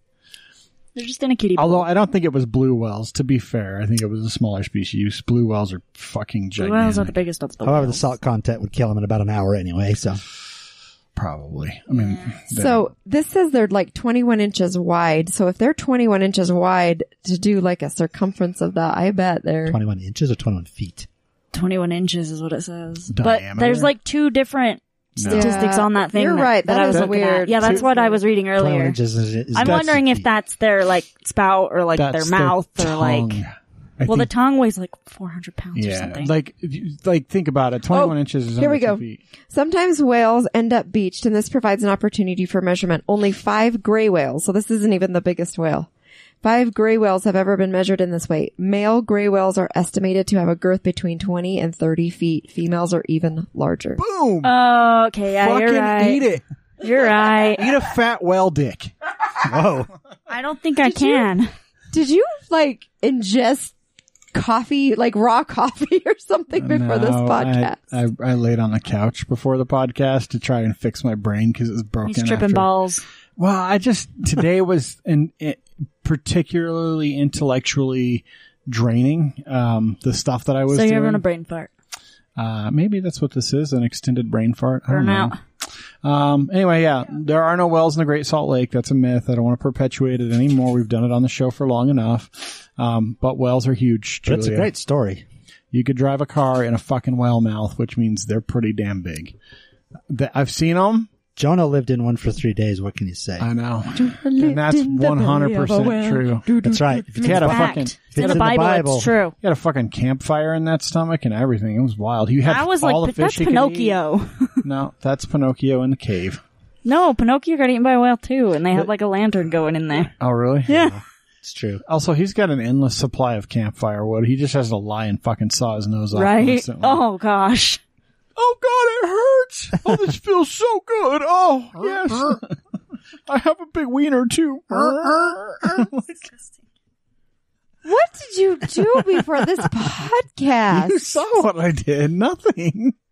[SPEAKER 5] They're just in a kiddie pool.
[SPEAKER 3] Although I don't think it was blue whales. To be fair, I think it was a smaller species. Blue whales are fucking
[SPEAKER 5] Blue
[SPEAKER 3] gigantic.
[SPEAKER 5] whales are the biggest of the
[SPEAKER 4] However, the
[SPEAKER 5] whales.
[SPEAKER 4] salt content would kill them in about an hour anyway. So
[SPEAKER 3] Probably. I mean, they're-
[SPEAKER 2] So this says they're like 21 inches wide. So if they're 21 inches wide to do like a circumference of that, I bet they're
[SPEAKER 4] 21 inches or 21 feet.
[SPEAKER 5] 21 inches is what it says. But
[SPEAKER 3] Diameter?
[SPEAKER 5] there's like two different
[SPEAKER 3] No.
[SPEAKER 5] statistics
[SPEAKER 2] Yeah,
[SPEAKER 5] on that thing.
[SPEAKER 2] you're
[SPEAKER 5] that,
[SPEAKER 2] right.
[SPEAKER 5] That,
[SPEAKER 2] That
[SPEAKER 5] I was
[SPEAKER 2] is
[SPEAKER 5] looking
[SPEAKER 2] weird.
[SPEAKER 5] at. Yeah, that's
[SPEAKER 2] Two-
[SPEAKER 5] what I was reading
[SPEAKER 4] 21
[SPEAKER 5] earlier.
[SPEAKER 4] inches is, is
[SPEAKER 5] I'm
[SPEAKER 4] that's
[SPEAKER 5] wondering if
[SPEAKER 4] deep.
[SPEAKER 5] that's their like spout or like their
[SPEAKER 3] that's
[SPEAKER 5] mouth or like.
[SPEAKER 3] tongue. I
[SPEAKER 5] Well, the
[SPEAKER 3] think-
[SPEAKER 5] tongue weighs like 400 pounds or
[SPEAKER 3] yeah,
[SPEAKER 5] something.
[SPEAKER 3] like if you- like think about it. Twenty-one
[SPEAKER 2] Oh,
[SPEAKER 3] inches is
[SPEAKER 2] here we
[SPEAKER 3] under two
[SPEAKER 2] go.
[SPEAKER 3] feet.
[SPEAKER 2] Sometimes whales end up beached and this provides an opportunity for measurement. Only five gray whales, so this isn't even the biggest whale. Five gray whales have ever been measured in this way. Male gray whales are estimated to have a girth between 20 and 30 feet. Females are even larger.
[SPEAKER 3] Boom!
[SPEAKER 5] oh, okay. Yeah,
[SPEAKER 3] fucking
[SPEAKER 5] you're right.
[SPEAKER 3] eat it.
[SPEAKER 5] You're right.
[SPEAKER 3] Eat a fat whale dick.
[SPEAKER 4] Whoa.
[SPEAKER 5] I don't think I can.
[SPEAKER 2] Did you like ingest coffee, like raw coffee or something before this
[SPEAKER 3] No,
[SPEAKER 2] podcast?
[SPEAKER 3] I, I, I laid on the couch before the podcast to try and fix my brain because it was broken.
[SPEAKER 5] He's tripping
[SPEAKER 3] after-
[SPEAKER 5] balls.
[SPEAKER 3] Well, I just today was an it, particularly intellectually draining. Um, the stuff that I was
[SPEAKER 5] So you're
[SPEAKER 3] doing.
[SPEAKER 5] having a brain fart.
[SPEAKER 3] uh, maybe that's what this is—an extended brain fart. I don't know.
[SPEAKER 5] Burnout.
[SPEAKER 3] Um, anyway, yeah, there are no wells in the Great Salt Lake. That's a myth. I don't want to perpetuate it anymore. We've done it on the show for long enough. Um, but wells are huge.
[SPEAKER 4] But it's a
[SPEAKER 3] Julia.
[SPEAKER 4] great story.
[SPEAKER 3] You could drive a car in a fucking whale mouth, which means they're pretty damn big. Th- I've seen them.
[SPEAKER 4] Jonah lived in one for three days. What can you say?
[SPEAKER 5] Uh,
[SPEAKER 3] I know. And that's 100% true. You
[SPEAKER 4] That's right. If you
[SPEAKER 3] He had a
[SPEAKER 5] Fact.
[SPEAKER 3] fucking-
[SPEAKER 5] It's
[SPEAKER 4] it's
[SPEAKER 5] in the Bible, it's true.
[SPEAKER 3] had a fucking campfire in that stomach and everything. It was wild. You had
[SPEAKER 5] I was
[SPEAKER 3] all
[SPEAKER 5] like, but
[SPEAKER 3] the fish
[SPEAKER 5] that's
[SPEAKER 3] he could
[SPEAKER 5] Pinocchio.
[SPEAKER 3] eat. No, that's Pinocchio in the cave.
[SPEAKER 5] no, Pinocchio got eaten by a whale too, and they had like a lantern going in there.
[SPEAKER 3] Oh, really?
[SPEAKER 5] Yeah.
[SPEAKER 4] It's true.
[SPEAKER 3] Also, he's got an endless supply of campfire wood. He just has to lie and fucking saw his nose off
[SPEAKER 5] Right?
[SPEAKER 3] constantly.
[SPEAKER 5] Oh gosh.
[SPEAKER 3] Oh God, it hurts! Oh, this feels so good! Oh yes, I have a big wiener too.
[SPEAKER 2] What did you do before this podcast?
[SPEAKER 3] you saw what I did? Nothing.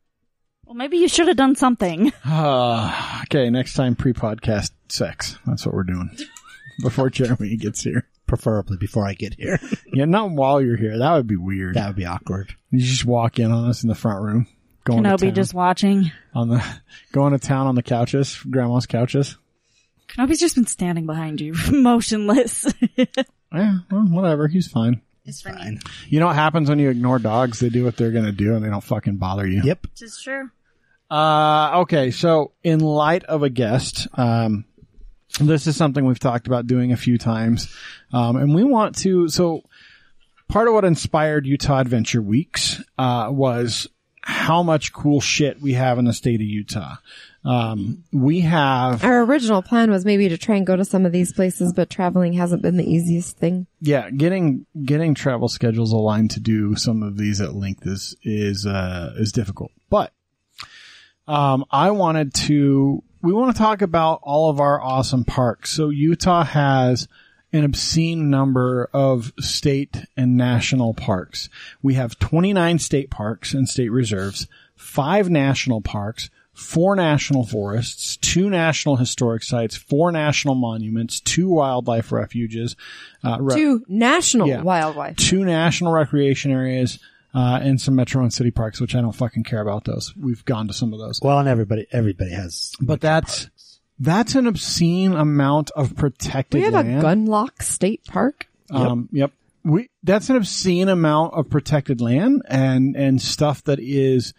[SPEAKER 5] Well, maybe you should have done something.
[SPEAKER 3] Ah, okay, next time pre-podcast sex. That's what we're doing before Jeremy gets here.
[SPEAKER 4] Preferably before I get here.
[SPEAKER 3] Yeah, not while you're here. That would be weird.
[SPEAKER 4] that would be awkward.
[SPEAKER 3] You just walk in on us in the front room, going to
[SPEAKER 5] Kenobi
[SPEAKER 3] town
[SPEAKER 5] just watching.
[SPEAKER 3] on the going to town on the couches, grandma's couches.
[SPEAKER 5] Kenobi's just been standing behind you, motionless.
[SPEAKER 3] Yeah, well, whatever. He's fine.
[SPEAKER 5] it's fine.
[SPEAKER 4] Fine.
[SPEAKER 3] You know what happens when you ignore dogs? They do what they're gonna do, and they don't fucking bother you.
[SPEAKER 4] Yep.
[SPEAKER 5] Which is true.
[SPEAKER 3] Uh, okay, so in light of a guest, um, this is something we've talked about doing a few times, um, and we want to. So, part of what inspired Utah Adventure Weeks uh, was how much cool shit we have in the state of Utah. Um, we have,
[SPEAKER 2] Our original plan was maybe to try and go to some of these places, but traveling hasn't been the easiest thing.
[SPEAKER 3] yeah, getting getting travel schedules aligned to do some of these at length is is uh, is difficult, but um, I wanted to. We want to talk about all of our awesome parks. So Utah has an obscene number of state and national parks. We have 29 state parks and state reserves, five national parks, four national forests, two national historic sites, four national monuments, two wildlife refuges, uh, re-
[SPEAKER 2] Two national
[SPEAKER 3] Yeah.
[SPEAKER 2] wildlife.
[SPEAKER 3] two national recreation areas, uh, and some metro and city parks, which I don't fucking care about those. We've gone to some of those
[SPEAKER 4] Well, and everybody, everybody has.
[SPEAKER 3] but that's that's an obscene amount of protected
[SPEAKER 2] We have
[SPEAKER 3] land.
[SPEAKER 2] a Gunlock State Park.
[SPEAKER 3] Um, yep. We that's an obscene amount of protected land and and stuff that is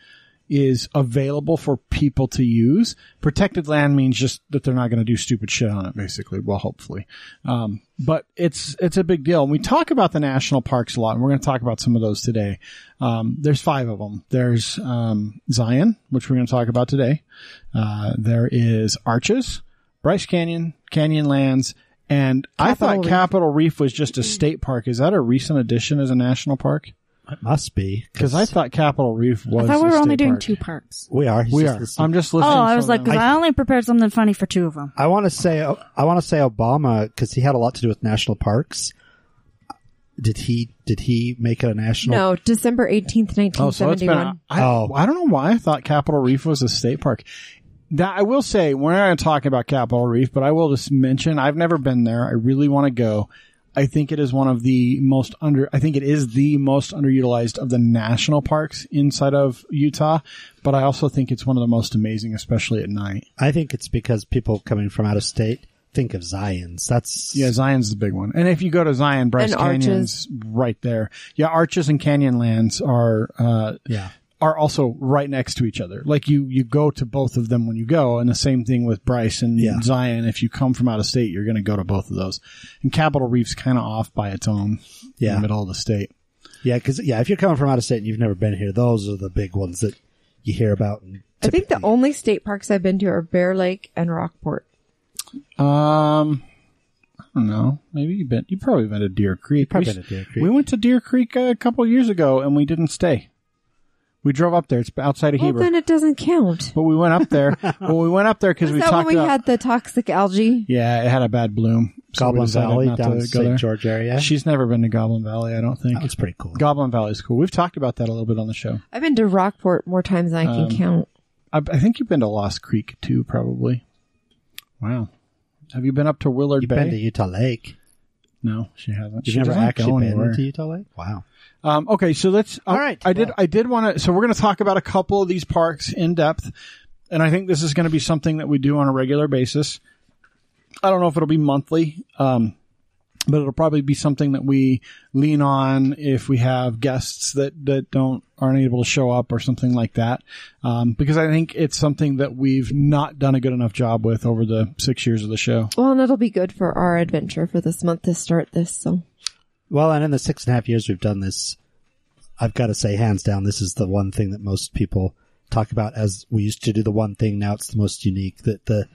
[SPEAKER 3] is available for people to use. Protected land means just that they're not going to do stupid shit on it, basically. Well, hopefully, um, but it's it's a big deal. And we talk about the national parks a lot, and we're going to talk about some of those today. Um, there's five of them. There's um, Zion, which we're going to talk about today. Uh, there is Arches, Bryce Canyon, Canyonlands, and I
[SPEAKER 2] Capitol
[SPEAKER 3] thought
[SPEAKER 2] Reef.
[SPEAKER 3] Capitol Reef was just a state park. Is that a recent addition as a national park?
[SPEAKER 4] It must be
[SPEAKER 3] Because I thought Capitol Reef was.
[SPEAKER 5] I thought we
[SPEAKER 3] a
[SPEAKER 5] were
[SPEAKER 3] state
[SPEAKER 5] only doing
[SPEAKER 3] park.
[SPEAKER 5] two parks.
[SPEAKER 4] we are. He's
[SPEAKER 3] We
[SPEAKER 4] just
[SPEAKER 3] are.
[SPEAKER 4] listening.
[SPEAKER 3] I'm just
[SPEAKER 5] Oh,
[SPEAKER 3] listening.
[SPEAKER 5] I
[SPEAKER 3] for
[SPEAKER 5] was like,
[SPEAKER 3] them.
[SPEAKER 5] because I, only prepared something funny for two of them.
[SPEAKER 4] I want to say I want to say Obama because he had a lot to do with national parks. Did he? Did he make it a national?
[SPEAKER 2] No, December 18th,
[SPEAKER 3] Oh, so it's been.
[SPEAKER 2] 1971.
[SPEAKER 3] a- I,
[SPEAKER 4] Oh.
[SPEAKER 3] I don't know why I thought Capitol Reef was a state park. That I will say, we're not going to talk about Capitol Reef, but I will just mention I've never been there. I really want to go. I think it is one of the most under. I think it is the most underutilized of the national parks inside of Utah. But I also think it's one of the most amazing, especially at night.
[SPEAKER 4] I think it's because people coming from out of state think of Zion's. That's
[SPEAKER 3] Yeah, Zion's the big one. And if you go to Zion, Bryce
[SPEAKER 2] And
[SPEAKER 3] Canyon's right there. Yeah, Arches and Canyonlands are uh,
[SPEAKER 4] yeah.
[SPEAKER 3] are also right next to each other. Like you, you go to both of them when you go, and the same thing with Bryce and
[SPEAKER 4] Yeah.
[SPEAKER 3] Zion. If you come from out of state, you're going to go to both of those. And Capitol Reef's kind of off by its own, in
[SPEAKER 4] Yeah.
[SPEAKER 3] the middle of the state.
[SPEAKER 4] Yeah, because yeah, if you're coming from out of state and you've never been here, those are the big ones that you hear about. And
[SPEAKER 2] I think the only state parks I've been to are Bear Lake and Rockport.
[SPEAKER 3] Um, I don't know. Maybe you've been, you probably been to Deer Creek.
[SPEAKER 4] probably
[SPEAKER 3] We-
[SPEAKER 4] been to Deer Creek.
[SPEAKER 3] We went to Deer Creek a couple years ago, and we didn't stay. We drove up there. It's outside of
[SPEAKER 2] Well,
[SPEAKER 3] Heber.
[SPEAKER 2] then it doesn't count.
[SPEAKER 3] But we went up there. well, we went up there because
[SPEAKER 2] Is
[SPEAKER 3] we
[SPEAKER 2] that when
[SPEAKER 3] talked
[SPEAKER 2] we
[SPEAKER 3] about.
[SPEAKER 2] had the toxic algae?
[SPEAKER 3] yeah, it had a bad bloom. so we
[SPEAKER 4] Goblin
[SPEAKER 3] decided
[SPEAKER 4] Valley
[SPEAKER 3] not to
[SPEAKER 4] down in
[SPEAKER 3] go
[SPEAKER 4] St.
[SPEAKER 3] there.
[SPEAKER 4] George area.
[SPEAKER 3] She's never been to Goblin Valley, I don't think.
[SPEAKER 4] that was pretty cool.
[SPEAKER 3] Goblin Valley's cool. We've talked about that a little bit on the show.
[SPEAKER 2] I've been to Rockport more times than I
[SPEAKER 3] Um,
[SPEAKER 2] can count.
[SPEAKER 3] I, I think you've been to Lost Creek too, probably. Wow. Have you been up to Willard
[SPEAKER 4] You've
[SPEAKER 3] Bay?
[SPEAKER 4] been to Utah Lake.
[SPEAKER 3] no, she hasn't.
[SPEAKER 4] You've
[SPEAKER 3] she
[SPEAKER 4] never
[SPEAKER 3] doesn't go
[SPEAKER 4] actually
[SPEAKER 3] anywhere.
[SPEAKER 4] been to Utah Lake. Wow.
[SPEAKER 3] Um, okay, so let's.
[SPEAKER 4] All right,
[SPEAKER 3] I did.
[SPEAKER 4] well.
[SPEAKER 3] I did want to. So we're going to talk about a couple of these parks in depth, and I think this is going to be something that we do on a regular basis. I don't know if it'll be monthly, um, but it'll probably be something that we lean on if we have guests that that don't aren't able to show up or something like that um, because i think it's something that we've not done a good enough job with over the six years of the show
[SPEAKER 2] Well, and it'll be good for our adventure for this month to start this. So
[SPEAKER 4] Well, and in the six and a half years we've done this, I've got to say, hands down, this is the one thing that most people talk about. As we used to do the one thing, now it's the most unique. That the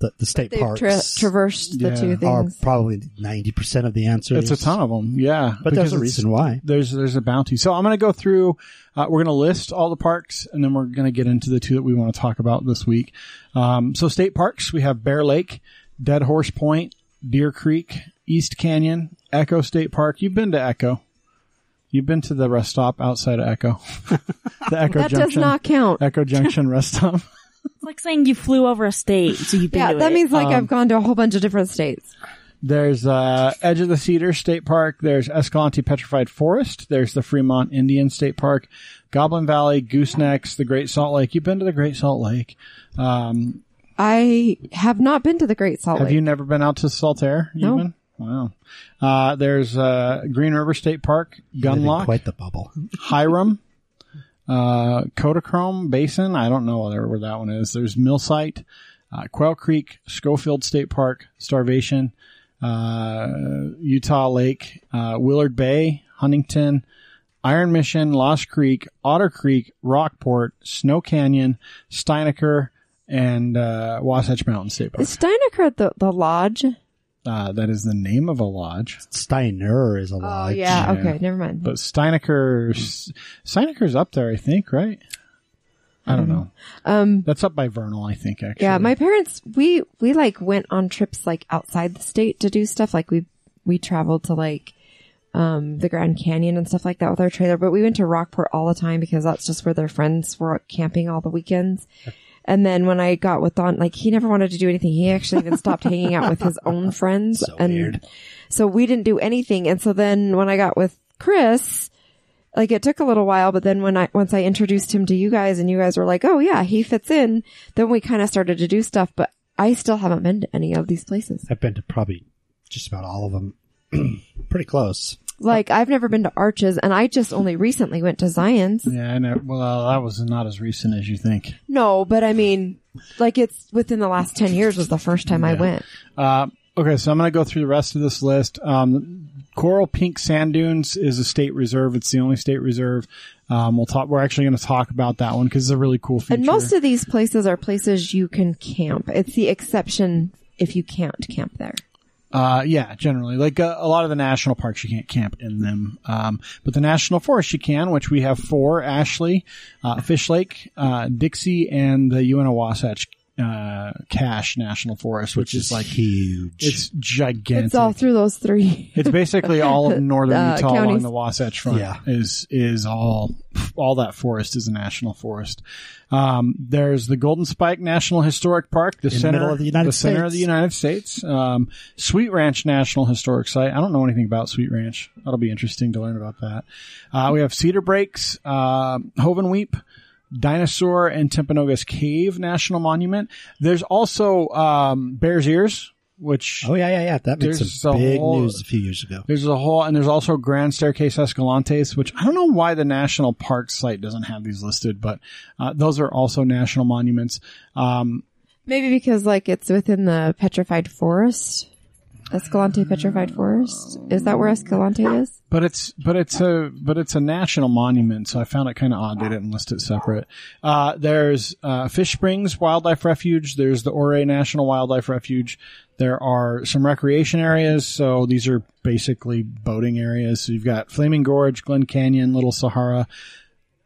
[SPEAKER 4] the, the state
[SPEAKER 2] they've
[SPEAKER 4] parks
[SPEAKER 2] tra- traversed the
[SPEAKER 3] Yeah.
[SPEAKER 2] two
[SPEAKER 4] are
[SPEAKER 2] things.
[SPEAKER 4] probably ninety percent of the answers.
[SPEAKER 3] it's a ton of them yeah
[SPEAKER 4] but there's
[SPEAKER 3] because
[SPEAKER 4] a
[SPEAKER 3] it's-
[SPEAKER 4] reason why.
[SPEAKER 3] there's there's a bounty. So I'm going to go through. Uh, we're going to list all the parks, and then we're going to get into the two that we want to talk about this week. Um, so state parks, we have Bear Lake, Dead Horse Point, Deer Creek, East Canyon, Echo State Park. You've been to Echo. You've been to the rest stop outside of Echo. the Echo
[SPEAKER 2] That does
[SPEAKER 3] Junction.
[SPEAKER 2] not count.
[SPEAKER 3] Echo Junction rest stop.
[SPEAKER 5] It's like saying you flew over a state, so you've been
[SPEAKER 2] Yeah,
[SPEAKER 5] to
[SPEAKER 2] that
[SPEAKER 5] it.
[SPEAKER 2] means like
[SPEAKER 3] Um,
[SPEAKER 2] I've gone to a whole bunch of different states.
[SPEAKER 3] There's uh, Edge of the Cedar State Park. There's Escalante Petrified Forest. There's the Fremont Indian State Park, Goblin Valley, Goosenecks, the Great Salt Lake. You've been to the Great Salt Lake. Um,
[SPEAKER 2] I have not been to the Great Salt
[SPEAKER 3] have
[SPEAKER 2] Lake.
[SPEAKER 3] you never been out to Salt Air?
[SPEAKER 2] No.
[SPEAKER 3] Even? Wow. Uh, there's uh, Green River State Park,
[SPEAKER 4] Living
[SPEAKER 3] Gunlock,
[SPEAKER 4] quite the bubble.
[SPEAKER 3] Hiram, uh, Kodachrome Basin. I don't know where where that one is. There's Millsite, uh, Quail Creek, Schofield State Park, Starvation, uh, Utah Lake, uh, Willard Bay, Huntington, Iron Mission, Lost Creek, Otter Creek, Rockport, Snow Canyon, Steinecker, and uh, Wasatch Mountain State Park.
[SPEAKER 2] Is Steinecker at the, the lodge?
[SPEAKER 3] Uh, that is the name of a lodge.
[SPEAKER 4] Steiner is a
[SPEAKER 2] Oh,
[SPEAKER 4] lodge.
[SPEAKER 2] yeah.
[SPEAKER 3] yeah.
[SPEAKER 2] Okay, never mind.
[SPEAKER 3] But Steinecker, Steinecker's up there, I think, right? I don't know.
[SPEAKER 2] Um,
[SPEAKER 3] That's up by Vernal, I think. Actually,
[SPEAKER 2] yeah, my parents, we, we like went on trips like outside the state to do stuff. Like we, we traveled to like, um, the Grand Canyon and stuff like that with our trailer, but we went to Rockport all the time because that's just where their friends were camping all the weekends. And then when I got with Don, like he never wanted to do anything. He actually even stopped hanging out with his own friends.
[SPEAKER 4] So
[SPEAKER 2] and
[SPEAKER 4] weird.
[SPEAKER 2] so we didn't do anything. And so then when I got with Chris, like it took a little while, but then when I, once I introduced him to you guys and you guys were like, oh yeah, he fits in, then we kind of started to do stuff, but I still haven't been to any of these places.
[SPEAKER 4] I've been to probably just about all of them. Pretty close.
[SPEAKER 2] Like I've never been to Arches and I just only recently went to Zion's.
[SPEAKER 3] yeah. I know. Well, that was not as recent as you think.
[SPEAKER 2] No, but I mean, like it's within the last 10 years was the first time I went.
[SPEAKER 3] Uh, okay, so I'm going to go through the rest of this list. Um, Coral Pink Sand Dunes is a state reserve. It's the only state reserve. Um, we'll talk. We're actually going to talk about that one because it's a really cool feature.
[SPEAKER 2] And most of these places are places you can camp. It's the exception if you can't camp there.
[SPEAKER 3] Uh, yeah, generally, like uh, a lot of the national parks, you can't camp in them. Um, but the national forest you can, which we have four: Ashley, uh, Fish Lake, uh, Dixie, and the UNO Wasatch uh, Cache National Forest, which, is, like
[SPEAKER 4] huge.
[SPEAKER 3] it's gigantic.
[SPEAKER 2] It's all through those three.
[SPEAKER 3] It's basically all of northern
[SPEAKER 2] Uh,
[SPEAKER 3] Utah along
[SPEAKER 2] counties.
[SPEAKER 3] the Wasatch Front
[SPEAKER 4] Yeah.
[SPEAKER 3] is is all all that forest is a national forest. Um, there's the Golden Spike National Historic Park, the
[SPEAKER 4] the
[SPEAKER 3] center
[SPEAKER 4] middle of the United
[SPEAKER 3] center of the
[SPEAKER 4] States.
[SPEAKER 3] United States. Um, Sweet Ranch National Historic Site. I don't know anything about Sweet Ranch. That'll be interesting to learn about that. Uh, we have Cedar Breaks, uh, Hovenweep. Dinosaur and Timpanogos Cave National Monument. There's also um, Bears Ears, which
[SPEAKER 4] oh yeah, yeah, yeah. That made
[SPEAKER 3] There's
[SPEAKER 4] some
[SPEAKER 3] a
[SPEAKER 4] big
[SPEAKER 3] whole-
[SPEAKER 4] news a few years ago.
[SPEAKER 3] there's a whole, and there's also Grand Staircase Escalantes, which I don't know why the national park site doesn't have these listed, but uh, those are also national monuments. Um,
[SPEAKER 2] Maybe because like it's within the petrified forest. Escalante petrified forest. Is that where Escalante is?
[SPEAKER 3] but it's but it's a but it's a national monument, so I found it kind of odd they didn't list it separate. Uh, there's uh, Fish Springs Wildlife Refuge. There's the Ouray National Wildlife Refuge. There are some recreation areas, so these are basically boating areas. So you've got Flaming Gorge, Glen Canyon, Little Sahara,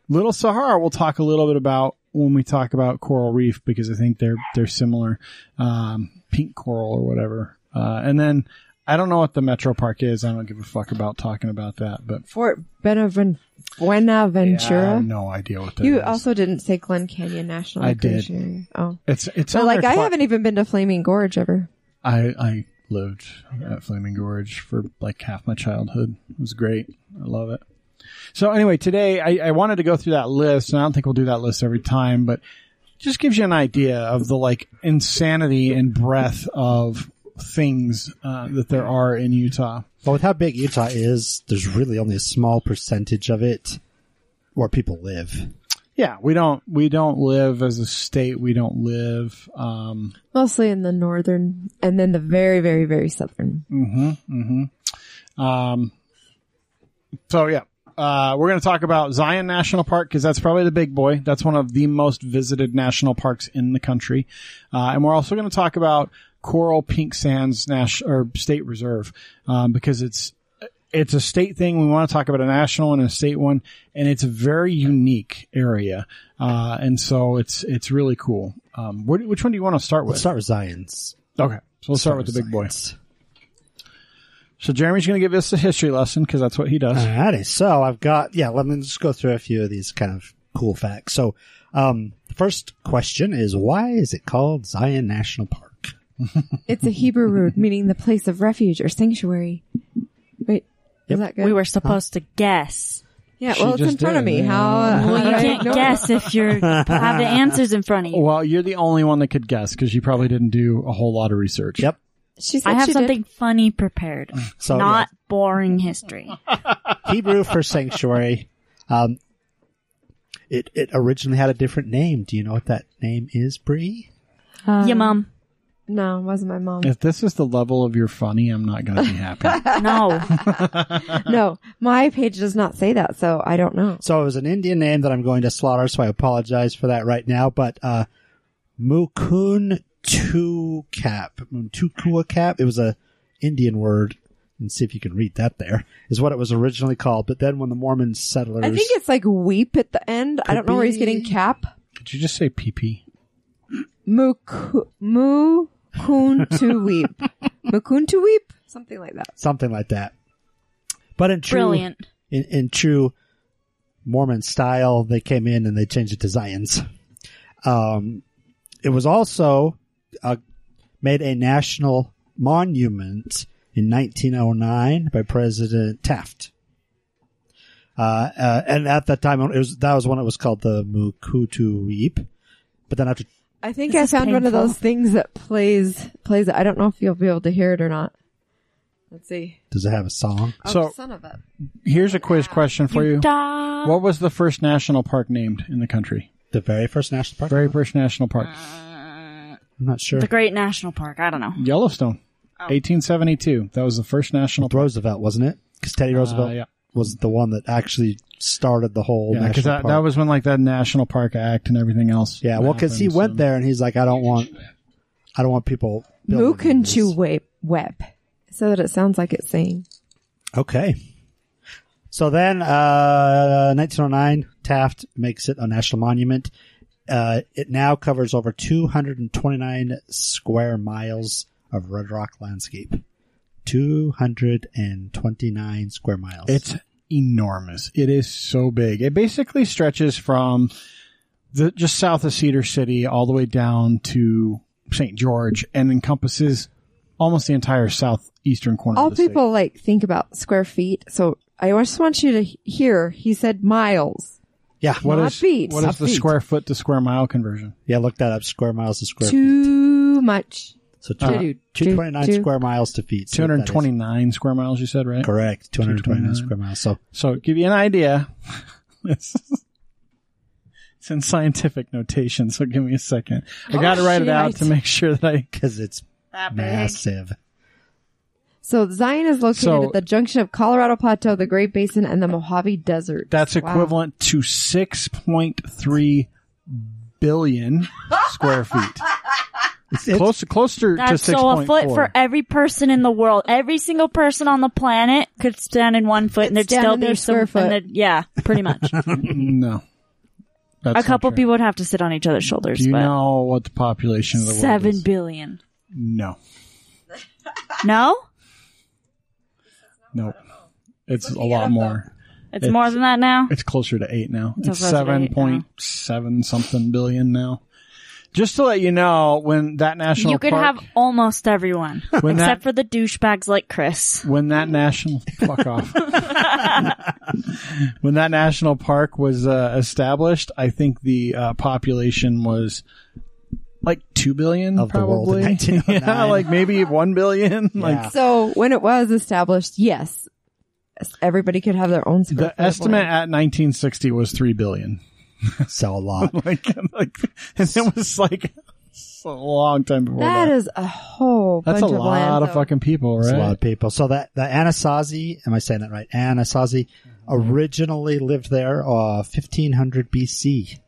[SPEAKER 3] Little Sahara, we'll talk a little bit about when we talk about coral reef because I think they're they're similar, um, pink coral or whatever. Uh, and then I don't know what the Metro Park is. I don't give a fuck about talking about that. But
[SPEAKER 2] Fort Benaven-
[SPEAKER 3] I
[SPEAKER 2] Buenaventura.
[SPEAKER 3] have no idea what that
[SPEAKER 2] you
[SPEAKER 3] is.
[SPEAKER 2] also didn't say Glen Canyon National.
[SPEAKER 3] I did.
[SPEAKER 2] Recreation Area. Oh.
[SPEAKER 3] it's it's
[SPEAKER 2] So
[SPEAKER 3] on
[SPEAKER 2] like
[SPEAKER 3] their
[SPEAKER 2] I
[SPEAKER 3] pla-
[SPEAKER 2] haven't even been to Flaming Gorge ever.
[SPEAKER 3] I I lived at Flaming Gorge for like half my childhood. It was great. I love it. So anyway, today I, I wanted to go through that list, and I don't think we'll do that list every time, but it just gives you an idea of the like insanity and breadth of things uh, that there are in Utah.
[SPEAKER 4] But with how big Utah is, there's really only a small percentage of it where people live.
[SPEAKER 3] Yeah, we don't we don't live as a state. We don't live. Um,
[SPEAKER 2] Mostly in the northern and then the very, very, very southern.
[SPEAKER 3] Um, so yeah, uh, we're going to talk about Zion National Park because that's probably the big boy. That's one of the most visited national parks in the country, uh, and we're also going to talk about Coral Pink Sands National or State Reserve um, because it's it's a state thing. We want to talk about a national and a state one, and it's a very unique area, uh, and so it's it's really cool. Um, where, which one do you want to start with?
[SPEAKER 4] Let's start with Zion's.
[SPEAKER 3] okay, so we'll start with the big boy.
[SPEAKER 4] Zions.
[SPEAKER 3] So Jeremy's going to give us a history lesson because that's what he does.
[SPEAKER 4] Alrighty, so I've got yeah. Let me just go through a few of these kind of cool facts. So, um, the first question is why is it called Zion National Park?
[SPEAKER 2] It's a Hebrew root meaning the place of refuge or sanctuary. Wait, is that good?
[SPEAKER 5] We were supposed to guess.
[SPEAKER 2] yeah,
[SPEAKER 3] She
[SPEAKER 2] well, it's in
[SPEAKER 3] just
[SPEAKER 2] front of
[SPEAKER 3] did,
[SPEAKER 2] me.
[SPEAKER 3] yeah.
[SPEAKER 2] How, uh, how
[SPEAKER 5] Well,
[SPEAKER 2] did I
[SPEAKER 5] you
[SPEAKER 2] Oh.
[SPEAKER 5] can't
[SPEAKER 2] ignore
[SPEAKER 5] guess if you have the answers in front of you.
[SPEAKER 3] Well, you're the only one that could guess because you probably didn't do a whole lot of research.
[SPEAKER 4] Yep.
[SPEAKER 2] it? She said
[SPEAKER 5] I have
[SPEAKER 2] she did.
[SPEAKER 5] something funny prepared,
[SPEAKER 4] So
[SPEAKER 5] not boring history.
[SPEAKER 4] yeah, Hebrew for sanctuary. Um, it it originally had a different name. Do you know what that name is, Bree?
[SPEAKER 2] Uh,
[SPEAKER 5] yeah, mom.
[SPEAKER 2] Um, No, it wasn't my mom.
[SPEAKER 3] If this is the level of your funny, I'm not going to be happy.
[SPEAKER 5] No,
[SPEAKER 2] no, my page does not say that, so I don't know.
[SPEAKER 4] So it was an Indian name that I'm going to slaughter, so I apologize for that right now. But uh Mukun Tukap. Muntukuakap. It was a Indian word. And see if you can read that there, is what it was originally called. But then when the Mormon settlers
[SPEAKER 2] I think it's like weep at the end. I don't know where he's getting
[SPEAKER 4] be.
[SPEAKER 2] cap.
[SPEAKER 3] Did you just say PP?
[SPEAKER 2] Muku- Mukuntu weep. Mukuntu weep? Something like that.
[SPEAKER 4] something like that. But in true
[SPEAKER 5] brilliant.
[SPEAKER 4] in, in true Mormon style, they came in and they changed it to Zion's. Um, it was also uh, made a national monument in 1909 by President Taft. Uh, uh, and at that time, it was that was when it was called the Mukutu Weep. But then after
[SPEAKER 2] I think
[SPEAKER 5] This
[SPEAKER 2] I
[SPEAKER 5] is
[SPEAKER 2] found one of
[SPEAKER 5] painful.
[SPEAKER 2] those things that plays plays. it. I don't know if you'll be able to hear it or not. Let's see.
[SPEAKER 4] does it have a song?
[SPEAKER 2] Oh,
[SPEAKER 3] So-
[SPEAKER 2] son of a.
[SPEAKER 3] Here's a quiz question for you.
[SPEAKER 5] Duh.
[SPEAKER 3] What was the first national park named in the country?
[SPEAKER 4] The very first national park.
[SPEAKER 3] Very first national park.
[SPEAKER 4] Uh, I'm not sure.
[SPEAKER 5] The Great National Park. I don't know.
[SPEAKER 3] Yellowstone.
[SPEAKER 4] oh.
[SPEAKER 3] 1872. That was the first national
[SPEAKER 4] With Roosevelt, wasn't it? Because Teddy Roosevelt
[SPEAKER 3] Uh, yeah.
[SPEAKER 4] was the one that actually started the whole
[SPEAKER 3] Yeah,
[SPEAKER 4] national
[SPEAKER 3] because that,
[SPEAKER 4] park.
[SPEAKER 3] that was when like that National Park Act and everything else.
[SPEAKER 4] Yeah, well, because he
[SPEAKER 3] happened,
[SPEAKER 4] went
[SPEAKER 3] so-
[SPEAKER 4] there and he's like, I don't want, I don't want people. building
[SPEAKER 2] Mukuntu
[SPEAKER 4] these.
[SPEAKER 2] weep. Web. So that it sounds like it's saying.
[SPEAKER 4] Okay. So then, uh, 1909, Taft makes it a national monument. Uh, it now covers over 229 square miles of Red Rock landscape. 229 square miles.
[SPEAKER 3] It's enormous. It is so big. It basically stretches from the just south of Cedar City all the way down to St. George and encompasses almost the entire southeastern corner.
[SPEAKER 2] All
[SPEAKER 3] of the
[SPEAKER 2] people like think about square feet. So I just want you to he- hear. He said miles.
[SPEAKER 4] yeah.
[SPEAKER 3] State. What
[SPEAKER 2] not
[SPEAKER 3] is-
[SPEAKER 2] feet,
[SPEAKER 3] What
[SPEAKER 2] not
[SPEAKER 3] is the
[SPEAKER 2] feet.
[SPEAKER 3] square foot to square mile conversion?
[SPEAKER 4] Yeah. Look that up. Square miles to square feet.
[SPEAKER 2] Too much.
[SPEAKER 4] So
[SPEAKER 2] Uh,
[SPEAKER 4] two- 229
[SPEAKER 2] two-
[SPEAKER 4] square miles to feet. So
[SPEAKER 3] Two
[SPEAKER 4] that is
[SPEAKER 3] hundred twenty-nine square miles. You said right.
[SPEAKER 4] Correct. 229
[SPEAKER 3] 229.
[SPEAKER 4] square miles. So
[SPEAKER 3] So give you an idea. it's, it's in scientific notation. So give me a second. I got to write it out
[SPEAKER 2] shit.
[SPEAKER 3] to make sure that I
[SPEAKER 4] because it's massive.
[SPEAKER 2] So Zion is located
[SPEAKER 3] So-
[SPEAKER 2] at the junction of Colorado Plateau, the Great Basin, and the Mojave Desert.
[SPEAKER 3] That's
[SPEAKER 2] Wow.
[SPEAKER 3] equivalent to 6.3 billion square feet.
[SPEAKER 4] It's, it's-
[SPEAKER 3] Close, closer
[SPEAKER 5] That's
[SPEAKER 3] to
[SPEAKER 5] so
[SPEAKER 3] 6.4.
[SPEAKER 5] a foot for every person in the world. Every single person on the planet could stand in one foot, and there'd
[SPEAKER 2] stand
[SPEAKER 5] still
[SPEAKER 2] in
[SPEAKER 5] be
[SPEAKER 2] their square
[SPEAKER 5] some. and
[SPEAKER 2] foot.
[SPEAKER 5] there'd- yeah, pretty much.
[SPEAKER 3] no. That's
[SPEAKER 5] a
[SPEAKER 3] not
[SPEAKER 5] couple
[SPEAKER 3] true.
[SPEAKER 5] people would have to sit on each other's shoulders.
[SPEAKER 3] Do you
[SPEAKER 5] but
[SPEAKER 3] know what the population of the world
[SPEAKER 5] seven
[SPEAKER 3] is?
[SPEAKER 5] billion.
[SPEAKER 3] No.
[SPEAKER 5] No,
[SPEAKER 3] No. It's a lot more.
[SPEAKER 5] it's, more than that now.
[SPEAKER 3] It's closer to 8 now. It's,
[SPEAKER 5] closer to eight now.
[SPEAKER 3] 7.7 something billion now. Just to let you know, when that national
[SPEAKER 5] You could
[SPEAKER 3] park,
[SPEAKER 5] have almost everyone,
[SPEAKER 3] When
[SPEAKER 5] except
[SPEAKER 3] that-
[SPEAKER 5] for the douchebags like Chris.
[SPEAKER 3] when that national fuck off when that national park was uh, established i think the uh, population was like two billion
[SPEAKER 4] Of the world in
[SPEAKER 3] probably. yeah,
[SPEAKER 4] 1909.
[SPEAKER 3] like maybe one billion. Like
[SPEAKER 2] So when it was established, yes, everybody could have their own. square
[SPEAKER 3] the
[SPEAKER 2] foot of
[SPEAKER 3] estimate
[SPEAKER 2] land.
[SPEAKER 3] at 1960 was three billion.
[SPEAKER 4] so a lot.
[SPEAKER 3] Like, like, and it was like a long time before that.
[SPEAKER 2] That is a whole.
[SPEAKER 3] That's a
[SPEAKER 2] bunch of
[SPEAKER 3] lot
[SPEAKER 2] land,
[SPEAKER 3] of
[SPEAKER 2] though.
[SPEAKER 3] fucking people,
[SPEAKER 4] It's a lot
[SPEAKER 3] right?
[SPEAKER 4] of people. So that the Anasazi, am I saying that right? Anasazi
[SPEAKER 3] Mm-hmm.
[SPEAKER 4] originally lived there, uh, 1500 BC.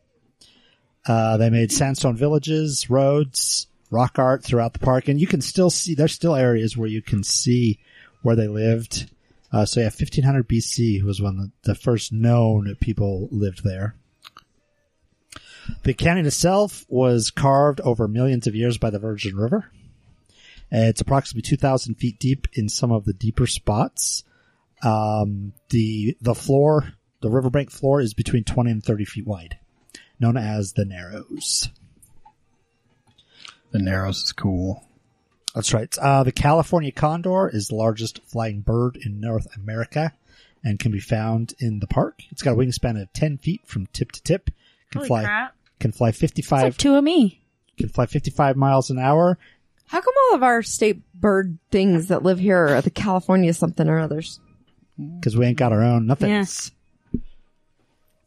[SPEAKER 4] Uh, they made sandstone villages, roads, rock art throughout the park, and you can still see there's still areas where you can see where they lived. Uh, so yeah, 1500 BC was when the, the first known people lived there. The canyon itself was carved over millions of years by the Virgin River. Uh, It's approximately 2,000 feet deep in some of the deeper spots. Um, the the floor, the riverbank floor, is between 20 and 30 feet wide, known as the Narrows.
[SPEAKER 3] The Narrows is cool.
[SPEAKER 4] That's right. Uh, the California condor is the largest flying bird in North America, and can be found in the park. It's got a wingspan of 10 feet from tip to tip. Can
[SPEAKER 5] Holy
[SPEAKER 4] fly
[SPEAKER 5] crap.
[SPEAKER 4] can fly
[SPEAKER 5] It's
[SPEAKER 4] 55
[SPEAKER 5] like two of me.
[SPEAKER 4] can fly 55 miles an hour.
[SPEAKER 2] How come all of our state bird things that live here are the California something or others?
[SPEAKER 4] because we ain't got our own nothing.
[SPEAKER 5] Yes.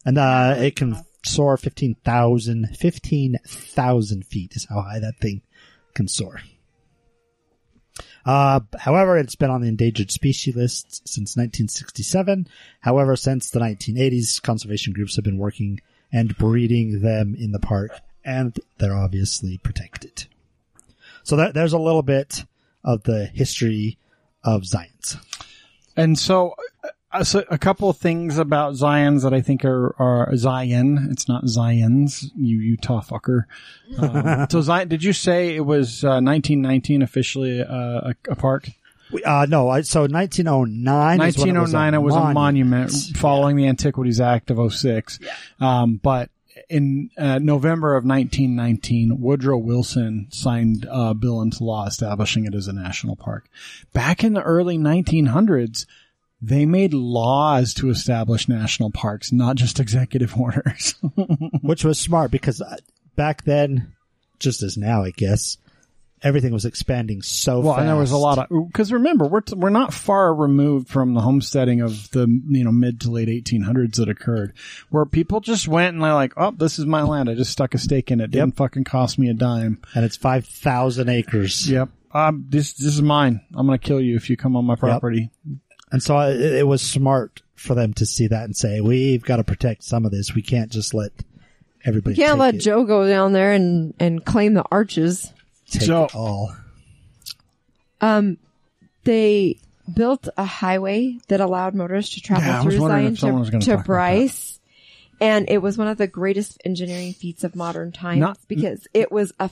[SPEAKER 4] And uh, it can soar 15,000 15,000 feet is how high that thing can soar. Uh, however, it's been on the endangered species list since 1967. However, since the 1980s, conservation groups have been working and breeding them in the park, and they're obviously protected. So that, there's a little bit of the history of Zions.
[SPEAKER 3] And so, uh, so a couple of things about Zions that I think are, are Zion. It's not Zions, you Utah fucker. Um, so Zion, did you say it was uh, 1919 officially uh, a, a park?
[SPEAKER 4] We- Uh, no, I, so 1909. is when
[SPEAKER 3] 1909, it was a monument following the Antiquities Act of 06. Um, but in uh, November of 1919, Woodrow Wilson signed a bill into law establishing it as a national park. Back in the early 1900s, they made laws to establish national parks, not just executive orders.
[SPEAKER 4] which was smart because uh, back then, just as now, I guess, everything was expanding so
[SPEAKER 3] well,
[SPEAKER 4] fast.
[SPEAKER 3] and there was a lot of because remember we're t- we're not far removed from the homesteading of the you know mid to late 1800s that occurred, where people just went and they're like, oh, this is my land. I just stuck a stake in it. Didn't fucking cost me a dime.
[SPEAKER 4] and it's 5,000 acres.
[SPEAKER 3] Yep. Um, this this is mine. I'm gonna kill you if you come on my property.
[SPEAKER 4] And so uh, it, it was smart for them to see that and say, we've got to protect some of this. We can't just let everybody
[SPEAKER 2] You can't
[SPEAKER 4] take
[SPEAKER 2] let
[SPEAKER 4] it,
[SPEAKER 2] Joe go down there and and claim the arches.
[SPEAKER 4] take
[SPEAKER 3] So-
[SPEAKER 4] it all.
[SPEAKER 2] Um, they built a highway that allowed motorists to travel
[SPEAKER 3] Yeah, I was
[SPEAKER 2] through
[SPEAKER 3] wondering
[SPEAKER 2] Zion
[SPEAKER 3] if someone was
[SPEAKER 2] to,
[SPEAKER 3] gonna
[SPEAKER 2] to
[SPEAKER 3] talk about
[SPEAKER 2] Bryce. And it was one of the greatest engineering feats of modern times
[SPEAKER 3] Not-
[SPEAKER 2] because it was a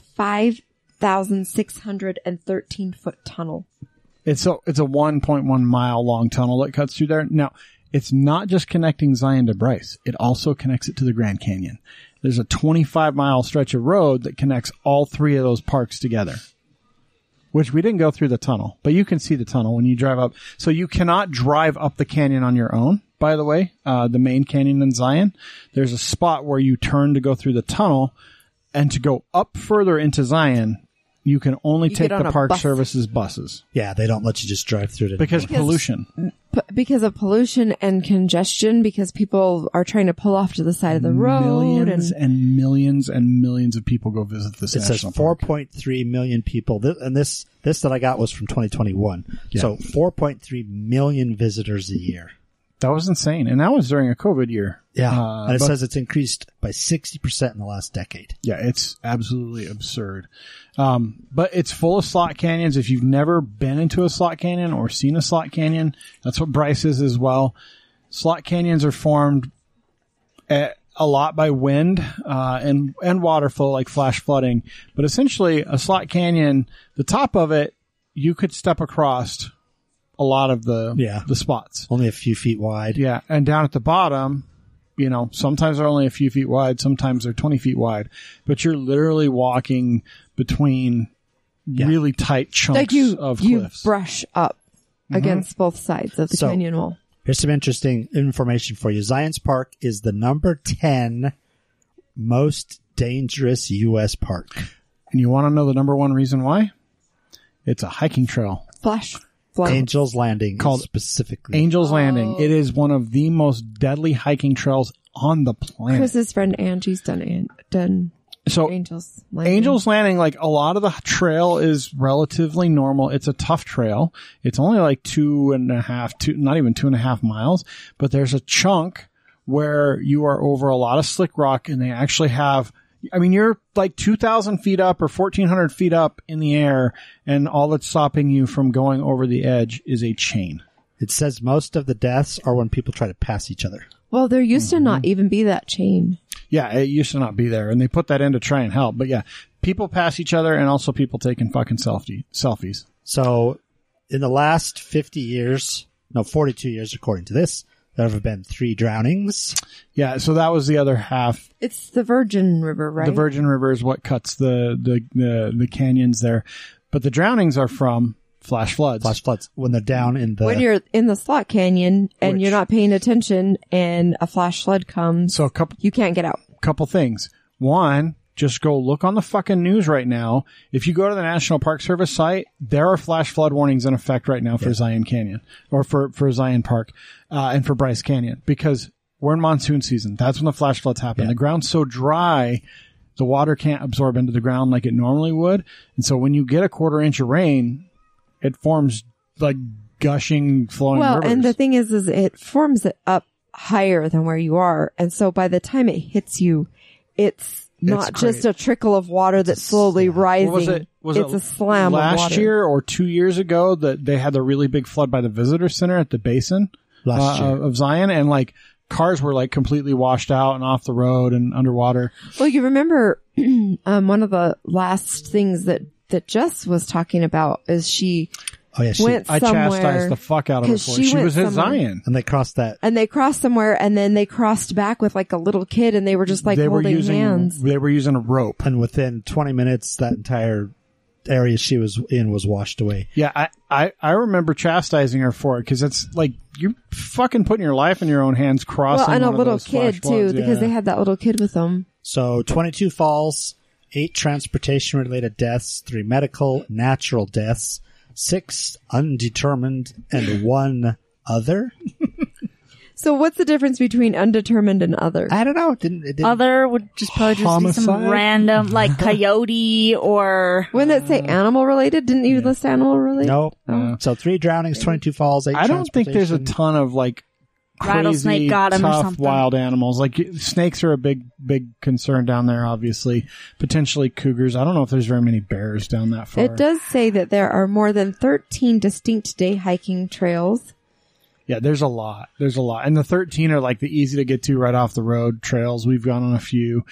[SPEAKER 2] 5,613 foot tunnel.
[SPEAKER 3] It's a it's a 1.1 mile long tunnel that cuts through there. Now, it's not just connecting Zion to Bryce; it also connects it to the Grand Canyon. There's a 25 mile stretch of road that connects all three of those parks together. Which we didn't go through the tunnel, but you can see the tunnel when you drive up. So you cannot drive up the canyon on your own. By the way, uh, the main canyon in Zion, there's a spot where you turn to go through the tunnel, and to go up further into Zion, you can only
[SPEAKER 2] You
[SPEAKER 3] take
[SPEAKER 2] get on
[SPEAKER 3] the
[SPEAKER 2] a
[SPEAKER 3] Park
[SPEAKER 2] bus.
[SPEAKER 3] Services buses
[SPEAKER 4] Yeah, they don't let you just drive through it.
[SPEAKER 3] because,
[SPEAKER 2] Because-
[SPEAKER 3] pollution.
[SPEAKER 2] P- because of pollution and congestion, because people are trying to pull off to the side of the road.
[SPEAKER 3] Millions
[SPEAKER 2] And
[SPEAKER 3] and, millions and millions of people go visit this
[SPEAKER 4] it says
[SPEAKER 3] national park.
[SPEAKER 4] 4.3 million people Th- and this this that i got was from 2021
[SPEAKER 3] Yeah.
[SPEAKER 4] so 4.3 million visitors a year
[SPEAKER 3] That was insane, and that was during a COVID year. Uh,
[SPEAKER 4] and it
[SPEAKER 3] but-
[SPEAKER 4] says it's increased by 60% in the last decade
[SPEAKER 3] yeah, it's absolutely absurd. Um, but it's full of slot canyons. If you've never been into a slot canyon or seen a slot canyon, that's what Bryce is as well. Slot canyons are formed a- a lot by wind uh, and and water flow, like flash flooding. But essentially, a slot canyon, the top of it, you could step across a lot of the
[SPEAKER 4] Yeah.
[SPEAKER 3] the spots.
[SPEAKER 4] only a few feet wide
[SPEAKER 3] Yeah, and down at the bottom, you know, sometimes they're only a few feet wide, sometimes they're 20 feet wide, but you're literally walking between really tight chunks
[SPEAKER 2] like you,
[SPEAKER 3] of
[SPEAKER 2] you
[SPEAKER 3] cliffs. Mm-hmm.
[SPEAKER 2] brush up against both sides of the
[SPEAKER 4] So-
[SPEAKER 2] canyon wall.
[SPEAKER 4] here's some interesting information for you zions park is the number 10 most dangerous us park
[SPEAKER 3] And you want to know the number one reason why? It's a hiking trail.
[SPEAKER 2] Flash
[SPEAKER 4] Oh.
[SPEAKER 2] flood.
[SPEAKER 4] Angel's Landing
[SPEAKER 3] Called
[SPEAKER 4] specifically.
[SPEAKER 3] Angel's Landing.
[SPEAKER 2] Oh.
[SPEAKER 3] It is one of the most deadly hiking trails on the planet.
[SPEAKER 2] Chris's friend Angie's done an, done
[SPEAKER 3] so
[SPEAKER 2] Angels. Landing.
[SPEAKER 3] Angel's Landing, like a lot of the trail is relatively normal. It's a tough trail. It's only like two and a half, two, not even two and a half miles, but there's a chunk where you are over a lot of slick rock and they actually have, I mean, you're like 2,000 feet up or 1,400 feet up in the air and all that's stopping you from going over the edge is a chain.
[SPEAKER 4] It says most of the deaths are when people try to pass each other.
[SPEAKER 2] Well, there used to
[SPEAKER 3] Mm-hmm.
[SPEAKER 2] not even be that chain.
[SPEAKER 3] Yeah, it used to not be there, and they put that in to try and help. But yeah, people pass each other, and also people taking fucking selfie selfies.
[SPEAKER 4] So, in the last 50 years, no, 42 years, according to this, there have been three drownings.
[SPEAKER 3] Yeah, so that was the other half.
[SPEAKER 2] It's the Virgin River, right?
[SPEAKER 3] The Virgin River is what cuts the the, the the canyons there, but the drownings are from flash floods.
[SPEAKER 4] Flash floods when they're down in the.
[SPEAKER 2] when you're in the slot canyon and
[SPEAKER 3] Which-
[SPEAKER 2] you're not paying attention and a flash flood comes,
[SPEAKER 3] So a couple
[SPEAKER 2] you can't get out.
[SPEAKER 3] couple things. One, just go look on the fucking news right now. If you go to the National Park Service site, there are flash flood warnings in effect right now for Zion Canyon or for, for Zion Park uh, and for Bryce Canyon because we're in monsoon season. That's when the flash floods happen. The ground's so dry, the water can't absorb into the ground like it normally would. And so when you get a quarter inch of rain, it forms like gushing, flowing
[SPEAKER 2] Well,
[SPEAKER 3] rivers.
[SPEAKER 2] and the thing is, is it forms it up higher than where you are, and so by the time it hits you, it's not just a trickle of water that's slowly rising.
[SPEAKER 3] What was it? Was
[SPEAKER 2] it's
[SPEAKER 3] it
[SPEAKER 2] a slam.
[SPEAKER 3] last
[SPEAKER 2] of water.
[SPEAKER 3] year or two years ago that they had the really big flood by the visitor center at the basin
[SPEAKER 4] Last
[SPEAKER 3] uh,
[SPEAKER 4] year.
[SPEAKER 3] of- of Zion, and like cars were like completely washed out and off the road and underwater.
[SPEAKER 2] Well, you remember um, one of the last things that that Jess was talking about is she
[SPEAKER 4] oh, yeah. She,
[SPEAKER 2] went
[SPEAKER 3] I
[SPEAKER 2] somewhere
[SPEAKER 3] chastised the fuck out of her
[SPEAKER 2] 'cause
[SPEAKER 3] for
[SPEAKER 2] she
[SPEAKER 3] it. She
[SPEAKER 2] went
[SPEAKER 3] was in
[SPEAKER 2] somewhere-
[SPEAKER 3] Zion.
[SPEAKER 4] and they crossed that.
[SPEAKER 2] and they crossed somewhere, and then they crossed back with like a little kid, and they were just like
[SPEAKER 3] they were
[SPEAKER 2] holding
[SPEAKER 3] using
[SPEAKER 2] hands.
[SPEAKER 3] they were using a rope.
[SPEAKER 4] And within 20 minutes, that entire area she was in was washed away.
[SPEAKER 3] Yeah, I, I, I remember chastising her for it because it's like you're fucking putting your life in your own hands, crossing
[SPEAKER 2] Well, and a
[SPEAKER 3] one of
[SPEAKER 2] little
[SPEAKER 3] those flash
[SPEAKER 2] kid too,
[SPEAKER 3] floods.
[SPEAKER 2] because
[SPEAKER 3] Yeah.
[SPEAKER 2] they had that little kid with them.
[SPEAKER 4] So 22 falls, eight transportation related deaths, three medical, natural deaths, six undetermined, and one other.
[SPEAKER 2] So what's the difference between undetermined and other?
[SPEAKER 4] I don't know. It didn't, it didn't
[SPEAKER 5] Other would just probably just be some
[SPEAKER 3] Homicide?
[SPEAKER 5] random like coyote or
[SPEAKER 2] Wouldn't it say animal related? Didn't you list animal related?
[SPEAKER 4] No. So three drownings, 22 falls, eight
[SPEAKER 3] Uh. I don't think there's a
[SPEAKER 4] transportation.
[SPEAKER 3] ton of like crazy,
[SPEAKER 5] Rattlesnake got 'em or
[SPEAKER 3] tough
[SPEAKER 5] something.
[SPEAKER 3] wild animals. Like y- snakes are a big, big concern down there. Obviously, potentially cougars. I don't know if there's very many bears down that far.
[SPEAKER 2] It does say that there are more than 13 distinct day hiking trails.
[SPEAKER 3] Yeah, there's a lot. There's a lot, and the 13 are like the easy to get to right off the road trails. We've gone on a few.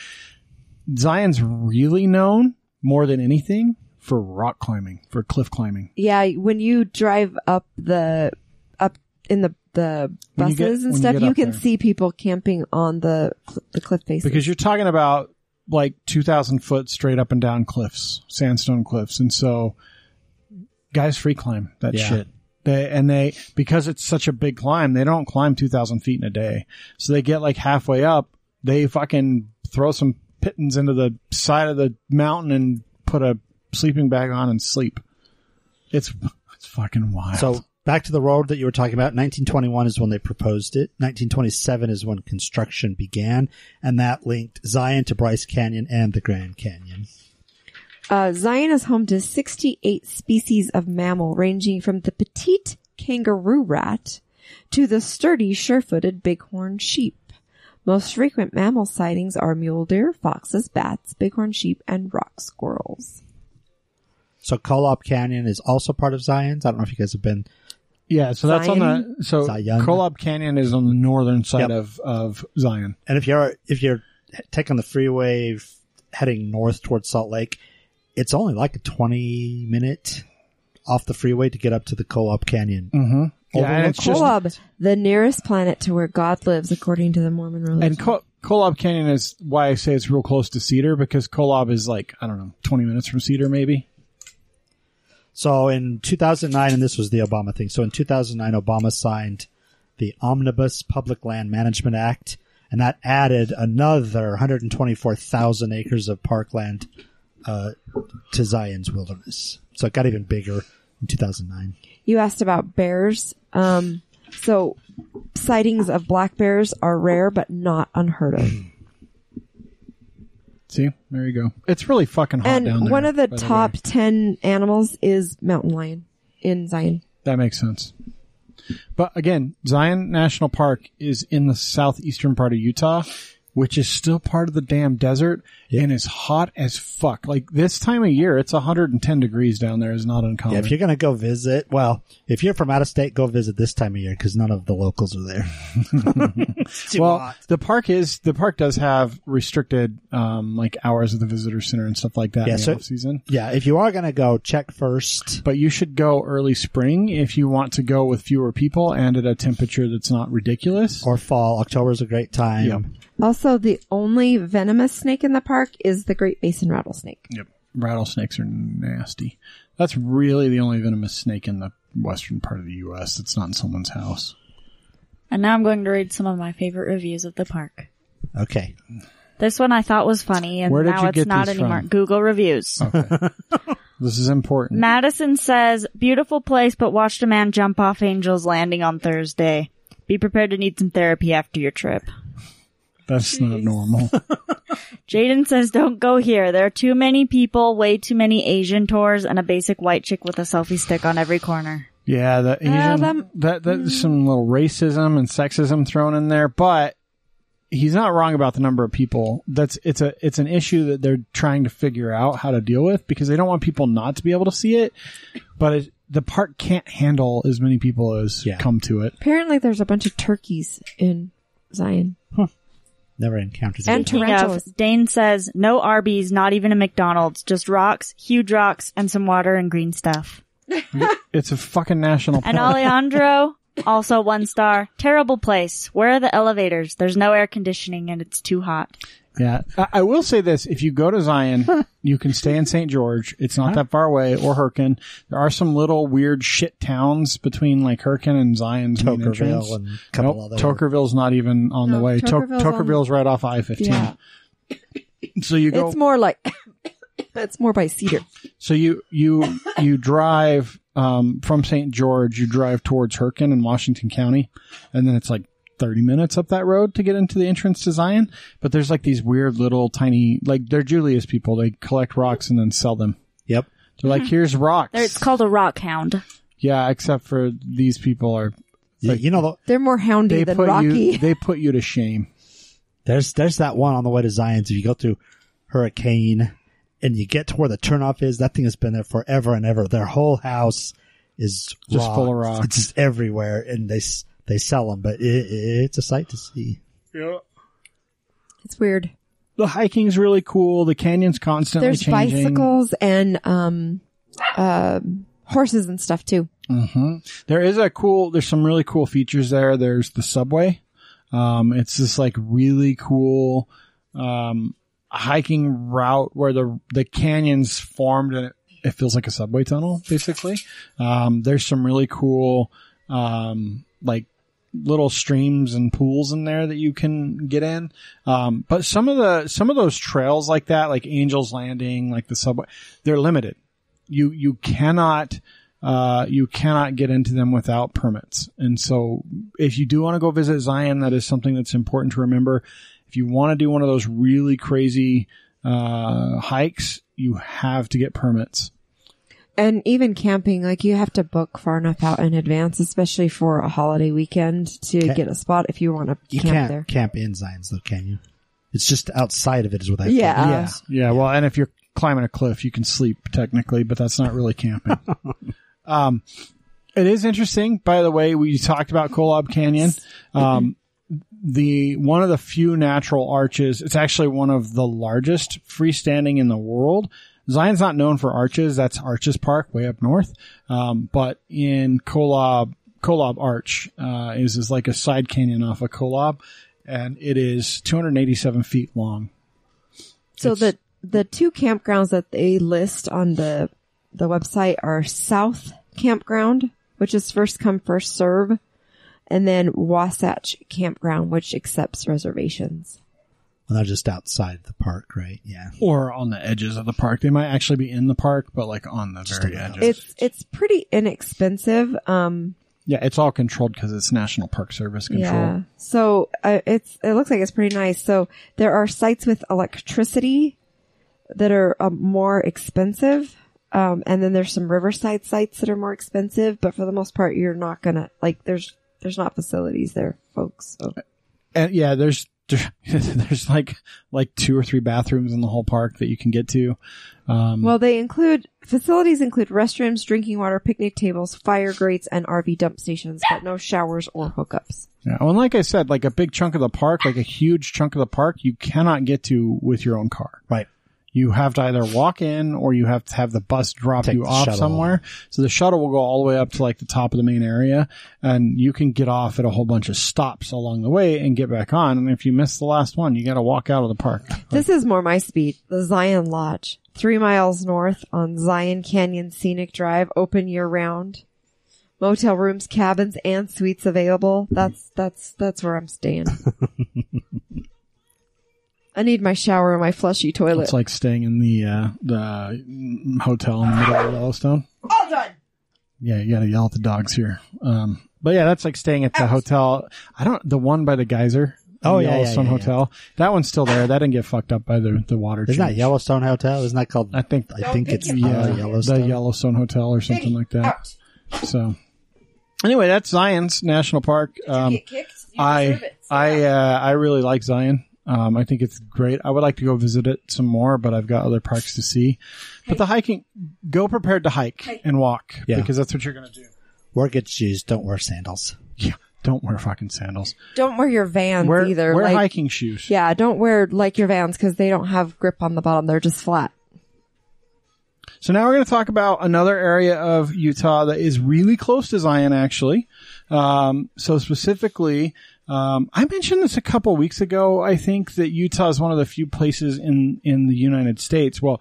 [SPEAKER 3] Zion's really known more than anything for rock climbing, for cliff climbing.
[SPEAKER 2] Yeah, when you drive up the up in the the
[SPEAKER 3] When you get-
[SPEAKER 2] buses
[SPEAKER 3] when
[SPEAKER 2] and
[SPEAKER 3] you
[SPEAKER 2] stuff,
[SPEAKER 3] get
[SPEAKER 2] you,
[SPEAKER 3] up
[SPEAKER 2] can
[SPEAKER 3] there.
[SPEAKER 2] see people camping on the cl- the cliff faces.
[SPEAKER 3] because you're talking about like 2000 foot straight up and down cliffs sandstone cliffs and so guys free climb that
[SPEAKER 4] Yeah.
[SPEAKER 3] shit they and they because it's such a big climb they don't climb 2000 feet in a day so they get like halfway up they fucking throw some pittons into the side of the mountain and put a sleeping bag on and sleep it's it's fucking wild
[SPEAKER 4] So back to the road that you were talking about. 1921 is when they proposed it. 1927 is when construction began, and that linked Zion to Bryce Canyon and the Grand Canyon.
[SPEAKER 2] Uh, Zion is home to 68 species of mammal, ranging from the petite kangaroo rat to the sturdy, sure-footed bighorn sheep. Most frequent mammal sightings are mule deer, foxes, bats, bighorn sheep, and rock squirrels.
[SPEAKER 4] So Colop Canyon is also part of Zion's. I don't know if you guys have been.
[SPEAKER 3] yeah so that's on
[SPEAKER 2] Zion?
[SPEAKER 3] the so
[SPEAKER 4] Zion.
[SPEAKER 3] Kolob canyon is on the northern side
[SPEAKER 4] Yep.
[SPEAKER 3] of of zion
[SPEAKER 4] And if you're if you're taking the freeway f- heading north towards Salt Lake, it's only like a 20 minute off the freeway to get up to the Colop Canyon.
[SPEAKER 3] mm-hmm yeah,
[SPEAKER 4] Although
[SPEAKER 3] and it's just
[SPEAKER 2] Kolob, the nearest planet to where God lives, according to the Mormon religion.
[SPEAKER 3] And Co- Kolob Canyon is why I say it's real close to Cedar because Kolob is like I don't know, twenty minutes from Cedar maybe.
[SPEAKER 4] So in 2009, and this was the Obama thing. So in 2009, Obama signed the Omnibus Public Land Management Act, and that added another 124,000 acres of parkland uh, to Zion's Wilderness. So it got even bigger in 2009.
[SPEAKER 2] You asked about bears. Um, so sightings of black bears are rare but not unheard of.
[SPEAKER 3] See, there you go. It's really fucking hot down
[SPEAKER 2] and
[SPEAKER 3] there.
[SPEAKER 2] one of the
[SPEAKER 3] by
[SPEAKER 2] top
[SPEAKER 3] way.
[SPEAKER 2] 10 animals is mountain lion in Zion.
[SPEAKER 3] that makes sense. But again, Zion National Park is in the southeastern part of Utah, which is still part of the damn desert and is hot as fuck. Like this time of year, it's 110 degrees down there is not uncommon.
[SPEAKER 4] Yeah, if you're going to go visit, well, if you're from out of state, go visit this time of year because none of the locals are there. It's too
[SPEAKER 3] well,
[SPEAKER 4] hot.
[SPEAKER 3] the park is the park does have restricted um like hours of the visitor center and stuff like that
[SPEAKER 4] Yeah,
[SPEAKER 3] in the
[SPEAKER 4] so-
[SPEAKER 3] off season.
[SPEAKER 4] Yeah, if you are going to go, check first.
[SPEAKER 3] But you should go early spring if you want to go with fewer people and at a temperature that's not ridiculous.
[SPEAKER 4] Or fall. October is a great time.
[SPEAKER 3] Yep.
[SPEAKER 2] Also, the only venomous snake in the park is the Great Basin rattlesnake.
[SPEAKER 3] Yep. Rattlesnakes are nasty. That's really the only venomous snake in the western part of the U.S. that's not in someone's house.
[SPEAKER 5] And now I'm going to read some of my favorite reviews of the park.
[SPEAKER 4] Okay.
[SPEAKER 5] This one I thought was funny, and
[SPEAKER 3] Where did
[SPEAKER 5] now
[SPEAKER 3] you
[SPEAKER 5] it's
[SPEAKER 3] get
[SPEAKER 5] not
[SPEAKER 3] these
[SPEAKER 5] anymore.
[SPEAKER 3] from? Oh.
[SPEAKER 5] Google reviews.
[SPEAKER 3] This is important.
[SPEAKER 5] Madison says, "Beautiful place, but watched a man jump off Angel's Landing on Thursday. Be prepared to need some therapy after your trip."
[SPEAKER 3] That's not normal.
[SPEAKER 5] Jaden says, "Don't go here. There are too many people, way too many Asian tours, and a basic white chick with a selfie stick on every corner."
[SPEAKER 3] yeah, the Asian,
[SPEAKER 2] them-
[SPEAKER 3] that that's some little racism and sexism thrown in there, but he's not wrong about the number of people. That's it's a it's an issue that they're trying to figure out how to deal with because they don't want people not to be able to see it, but it, the park can't handle as many people as
[SPEAKER 4] Yeah.
[SPEAKER 3] come to it.
[SPEAKER 2] Apparently, there's a bunch of turkeys in Zion.
[SPEAKER 4] Never encountered
[SPEAKER 2] And
[SPEAKER 4] it.
[SPEAKER 2] tur- Tarantulas.
[SPEAKER 5] Speaking of, Dane says, "No Arby's, not even a McDonald's. Just rocks, huge rocks, and some water and green stuff."
[SPEAKER 3] It's a fucking national park.
[SPEAKER 5] And Alejandro, also one star. Terrible place. Where are the elevators? There's no air conditioning and it's too hot.
[SPEAKER 3] Yeah, I, I will say this: if you go to Zion, you can stay in St. George. It's not that far away, or Herkin. There are some little weird shit towns between like Herkin and Zion's main entrance.
[SPEAKER 4] Tokerville and a couple
[SPEAKER 3] Nope,
[SPEAKER 4] other.
[SPEAKER 3] Tokerville's not even on the
[SPEAKER 2] No,
[SPEAKER 3] way. Tok-
[SPEAKER 2] Tokerville's on-
[SPEAKER 3] Tokerville's right off I fifteen.
[SPEAKER 2] Yeah.
[SPEAKER 3] So you go.
[SPEAKER 2] It's more like, it's more by cedar.
[SPEAKER 3] so you you you drive um, from St. George. You drive towards Herkin in Washington County, and then it's like. 30 minutes up that road to get into the entrance to Zion, but there's like these weird little tiny, like they're Julius people. They collect rocks and then sell them.
[SPEAKER 4] Yep.
[SPEAKER 3] They're
[SPEAKER 2] Mm-hmm.
[SPEAKER 3] like, here's rocks.
[SPEAKER 5] There, it's called a rock hound.
[SPEAKER 3] yeah, except for these people are
[SPEAKER 4] You-
[SPEAKER 3] Like-
[SPEAKER 4] you know, the,
[SPEAKER 2] They're more houndy
[SPEAKER 3] they
[SPEAKER 2] than
[SPEAKER 3] put
[SPEAKER 2] Rocky.
[SPEAKER 3] you they put you to shame.
[SPEAKER 4] There's there's that one on the way to Zion's. If you go through Hurricane and you get to where the turnoff is, that thing has been there forever and ever. Their whole house is
[SPEAKER 3] Just
[SPEAKER 4] rock.
[SPEAKER 3] full of rocks.
[SPEAKER 4] It's just everywhere, and they s- they sell them, but it, it's a sight to see.
[SPEAKER 2] it's weird.
[SPEAKER 3] The hiking's really cool. The canyon's constantly
[SPEAKER 2] There's
[SPEAKER 3] changing.
[SPEAKER 2] bicycles and um, um horses and stuff too.
[SPEAKER 3] Mm-hmm. There is a cool. There's some really cool features there. There's the subway. Um, it's this like really cool um, hiking route where the the canyons formed and it, it feels like a subway tunnel basically. Um, there's some really cool um, like little streams and pools in there that you can get in. Um, but some of the some of those trails like that, like Angel's Landing, like the subway, they're limited. You you cannot uh, you cannot get into them without permits. And so if you do want to go visit Zion, that is something that's important to remember. If you want to do one of those really crazy uh, hikes, you have to get permits.
[SPEAKER 2] And even camping, like you have to book far enough out in advance, especially for a holiday weekend to
[SPEAKER 4] Okay.
[SPEAKER 2] get a spot if you want to
[SPEAKER 4] You
[SPEAKER 2] camp
[SPEAKER 4] can't
[SPEAKER 2] there.
[SPEAKER 4] camp in Zion's though, can you? It's just outside of it is what I think.
[SPEAKER 2] Yeah.
[SPEAKER 4] yeah.
[SPEAKER 3] Yeah, well, and if you're climbing a cliff, you can sleep technically, but that's not really camping. um, it is interesting, by the way. We talked about Kolob Canyon. Um, the one of the few natural arches. It's actually one of the largest freestanding in the world. Zion's not known for arches. That's Arches Park way up north. Um, but in Kolob, Kolob Arch uh, is is like a side canyon off of Kolob, and it is 287 feet long.
[SPEAKER 2] So the the two campgrounds that they list on the the website are South Campground, which is first come first serve, and then Wasatch Campground, which accepts reservations.
[SPEAKER 4] Well, they're just outside the park, right? Yeah.
[SPEAKER 3] or on the edges of the park. They might actually be in the park, but like on the
[SPEAKER 4] Just
[SPEAKER 3] very
[SPEAKER 4] on the
[SPEAKER 3] edges.
[SPEAKER 2] It's it's pretty inexpensive. Um,
[SPEAKER 3] yeah, it's all controlled because it's National Park Service control.
[SPEAKER 2] yeah. So uh, it's it looks like it's pretty nice. So there are sites with electricity that are um, more expensive, um, and then there's some riverside sites that are more expensive. But for the most part, you're not gonna like there's there's not facilities there, folks. So
[SPEAKER 3] And yeah, there's there's like like two or three bathrooms in the whole park that you can get to. Um,
[SPEAKER 2] Well, they include facilities include restrooms, drinking water, picnic tables, fire grates, and RV dump stations, but no showers or hookups.
[SPEAKER 3] yeah. and like I said, like a big chunk of the park, like a huge chunk of the park, you cannot get to with your own car.
[SPEAKER 4] Right.
[SPEAKER 3] You have to either walk in or you have to have the bus drop
[SPEAKER 4] Take
[SPEAKER 3] you
[SPEAKER 4] the
[SPEAKER 3] off
[SPEAKER 4] shuttle.
[SPEAKER 3] somewhere. So the shuttle will go all the way up to like the top of the main area and you can get off at a whole bunch of stops along the way and get back on. And if you miss the last one, you got to walk out of the park.
[SPEAKER 2] This is more my speed. The Zion Lodge, three miles north on Zion Canyon Scenic Drive, open year round. Motel rooms, cabins, and suites available. That's that's that's where I'm staying. I need my shower and my flushy toilet.
[SPEAKER 3] It's like staying in the uh, the mm, hotel in the middle of Yellowstone. All done. Yeah, you gotta yell at the dogs here. Um, but yeah, that's like staying at the hotel. I don't the one by the geyser.
[SPEAKER 4] Oh,
[SPEAKER 3] the
[SPEAKER 4] yeah, yeah,
[SPEAKER 3] Yellowstone
[SPEAKER 4] yeah, yeah.
[SPEAKER 3] Hotel. That one's still there. That didn't get fucked up by the the water.
[SPEAKER 4] Isn't that
[SPEAKER 3] change.
[SPEAKER 4] Yellowstone Hotel? Isn't that called?
[SPEAKER 3] I think
[SPEAKER 4] I think it's
[SPEAKER 3] yeah,
[SPEAKER 4] uh, Yellowstone.
[SPEAKER 3] the Yellowstone Hotel or something like that.
[SPEAKER 2] uh,
[SPEAKER 3] So anyway, that's Zion's National Park. Um, I I uh, I really like Zion. Um, I think it's great. I would like to go visit it some more, but I've got other parks to see. But the hiking, go prepared to hike and walk
[SPEAKER 4] Yeah.
[SPEAKER 3] because that's what you're going to do.
[SPEAKER 4] Wear good shoes. Don't wear sandals.
[SPEAKER 3] Yeah, don't wear fucking sandals.
[SPEAKER 2] don't wear your Vans
[SPEAKER 3] Wear,
[SPEAKER 2] either.
[SPEAKER 3] wear
[SPEAKER 2] like,
[SPEAKER 3] hiking shoes.
[SPEAKER 2] yeah, don't wear like your Vans because they don't have grip on the bottom. They're just flat.
[SPEAKER 3] So now we're going to talk about another area of Utah that is really close to Zion, actually. Um, so specifically, um, I mentioned this a couple weeks ago. I think that Utah is one of the few places in in the United States. Well,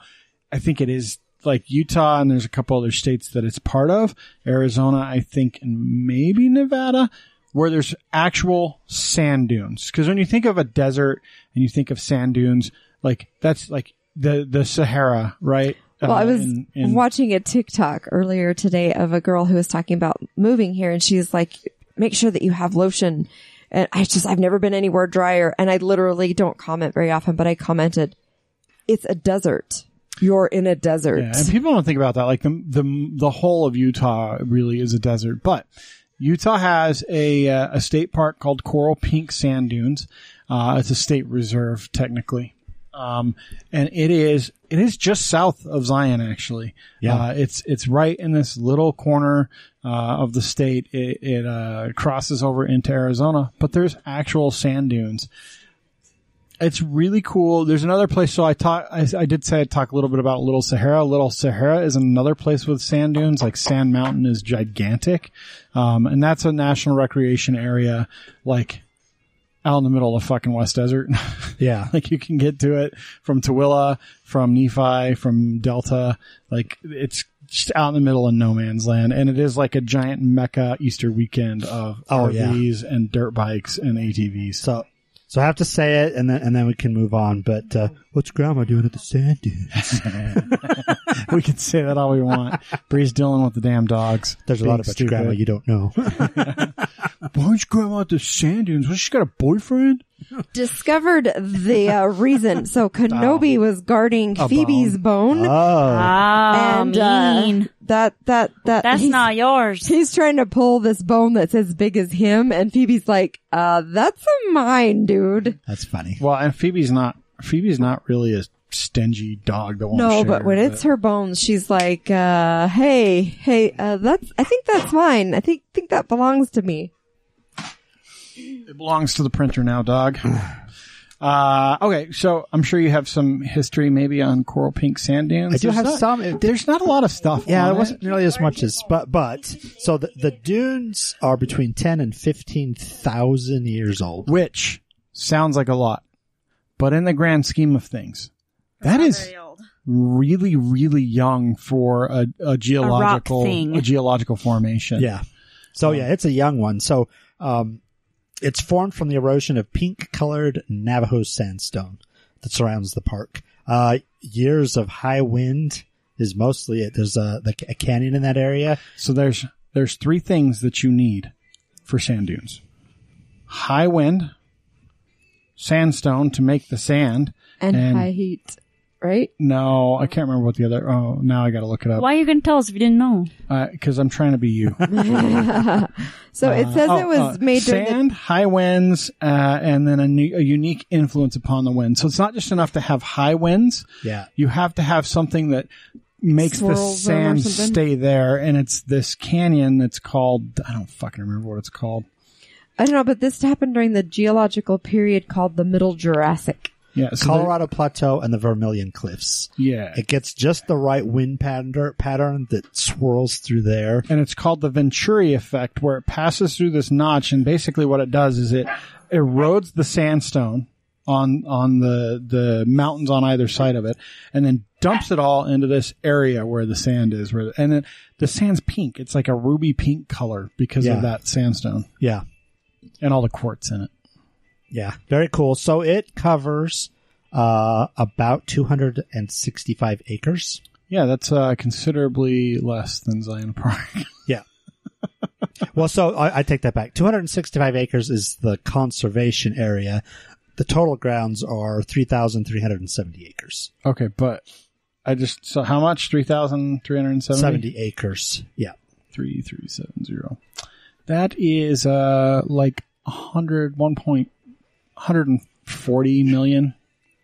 [SPEAKER 3] I think it is like Utah, and there's a couple other states that it's part of. Arizona, I think, and maybe Nevada, where there's actual sand dunes. Because when you think of a desert and you think of sand dunes, like that's like the the Sahara, right?
[SPEAKER 2] Well, I
[SPEAKER 3] Uh,
[SPEAKER 2] was
[SPEAKER 3] in- in-
[SPEAKER 2] watching a TikTok earlier today of a girl who was talking about moving here and she's like, make sure that you have lotion. And I just, I've never been anywhere drier. And I literally don't comment very often, but I commented, it's a desert. You're in a desert.
[SPEAKER 3] Yeah, and people don't think about that. Like the the the whole of Utah really is a desert, but Utah has a uh, a state park called Coral Pink Sand Dunes. Uh, it's a state reserve technically, um, and it is it is just south of Zion actually.
[SPEAKER 4] Yeah.
[SPEAKER 3] uh, it's it's right in this little corner uh, of the state. It, it uh, crosses over into Arizona, but there's actual sand dunes it's really cool. There's another place. So I taught, I, I did say I would talk a little bit about Little Sahara. Little Sahara is another place with sand dunes. Like Sand Mountain is gigantic, um, and that's a national recreation area, like out in the middle of the fucking West Desert.
[SPEAKER 4] Yeah.
[SPEAKER 3] like you can get to it from Tooele, from Nephi, from Delta. Like it's just out in the middle of no man's land, and it is like a giant mecca Easter weekend of
[SPEAKER 4] Oh, yeah.
[SPEAKER 3] RVs and dirt bikes and ATVs.
[SPEAKER 4] So, so I have to say it, and then and then we can move on. But uh, what's Grandma doing at the sand dunes?
[SPEAKER 3] we can say that all we want. Bree's dealing with the damn dogs.
[SPEAKER 4] There's a
[SPEAKER 3] Being
[SPEAKER 4] lot about your grandma
[SPEAKER 3] stupid.
[SPEAKER 4] you don't know.
[SPEAKER 3] Why is grandma at the sand dunes? What, she's got a boyfriend?
[SPEAKER 2] Discovered the uh, reason. So Kenobi was guarding Phoebe's bone.
[SPEAKER 4] oh,
[SPEAKER 5] Ah,
[SPEAKER 2] and uh,
[SPEAKER 5] mean.
[SPEAKER 2] that, that, that,
[SPEAKER 5] That's
[SPEAKER 2] he's-
[SPEAKER 5] not yours.
[SPEAKER 2] He's trying to pull this bone that's as big as him, and Phoebe's like, uh, that's a mine, dude.
[SPEAKER 4] that's funny.
[SPEAKER 3] Well, and Phoebe's not, Phoebe's not really a stingy dog that won't
[SPEAKER 2] No,
[SPEAKER 3] share,
[SPEAKER 2] but when it's her bones, she's like, uh, hey, hey, uh, that's, I think that's mine. I think, think that belongs to me.
[SPEAKER 3] It belongs to the printer now, dog. Uh, okay, so I'm sure you have some history maybe on coral pink sand dunes.
[SPEAKER 4] I do
[SPEAKER 3] There's
[SPEAKER 4] have
[SPEAKER 3] not-
[SPEAKER 4] some. It-
[SPEAKER 3] There's not a lot of stuff.
[SPEAKER 4] Yeah,
[SPEAKER 3] on
[SPEAKER 4] there
[SPEAKER 3] it.
[SPEAKER 4] wasn't nearly as much as, but but so the, the dunes are between ten and fifteen thousand years old.
[SPEAKER 3] Which sounds like a lot, but in the grand scheme of things, that is really, really young for a, a geological
[SPEAKER 5] thing.
[SPEAKER 3] a geological formation.
[SPEAKER 4] Yeah. So yeah, it's a young one. So um, It's formed from the erosion of pink colored Navajo sandstone that surrounds the park. Uh, years of high wind is mostly it. There's a, the, a canyon in that area.
[SPEAKER 3] So there's there's three things that you need for sand dunes: high wind, sandstone to make the sand,
[SPEAKER 2] and,
[SPEAKER 3] And-
[SPEAKER 2] high heat, right?
[SPEAKER 3] No, I can't remember what the other. Oh, now I got to look it up
[SPEAKER 5] Why are you going to tell us if you didn't know?
[SPEAKER 3] because I'm trying to be you.
[SPEAKER 2] So it says
[SPEAKER 3] Oh,
[SPEAKER 2] it was
[SPEAKER 3] uh,
[SPEAKER 2] made during the
[SPEAKER 3] sand, high winds, uh, and then a, new, a unique influence upon the wind. So it's not just enough to have high winds.
[SPEAKER 4] Yeah.
[SPEAKER 3] You have to have something that makes the
[SPEAKER 2] Swirls them or
[SPEAKER 3] sand
[SPEAKER 2] something?
[SPEAKER 3] stay there, and it's this canyon that's called I don't fucking remember what it's called.
[SPEAKER 2] I don't know, but this happened during the geological period called the Middle Jurassic.
[SPEAKER 3] Yeah, so
[SPEAKER 4] Colorado Plateau and the Vermilion Cliffs.
[SPEAKER 3] there- yeah,
[SPEAKER 4] It gets just the right wind pattern, pattern that swirls through there.
[SPEAKER 3] and it's called the Venturi effect, where it passes through this notch, and basically what it does is it erodes the sandstone on on the the mountains on either side of it, and then dumps it all into this area where the sand is. Where and then the sand's pink; it's like a ruby pink color because
[SPEAKER 4] Yeah.
[SPEAKER 3] of that sandstone
[SPEAKER 4] Yeah.
[SPEAKER 3] and all the quartz in it.
[SPEAKER 4] Yeah, very cool. So it covers uh, about 265 acres.
[SPEAKER 3] Yeah, that's uh, considerably less than Zion Park.
[SPEAKER 4] Well, so I, I take that back. 265 acres is the conservation area. The total grounds are 3,370 acres.
[SPEAKER 3] okay, but I just so how much three thousand three hundred seventy.
[SPEAKER 4] 70 acres. Yeah.
[SPEAKER 3] 3370. That is uh like 100 1 point 140 million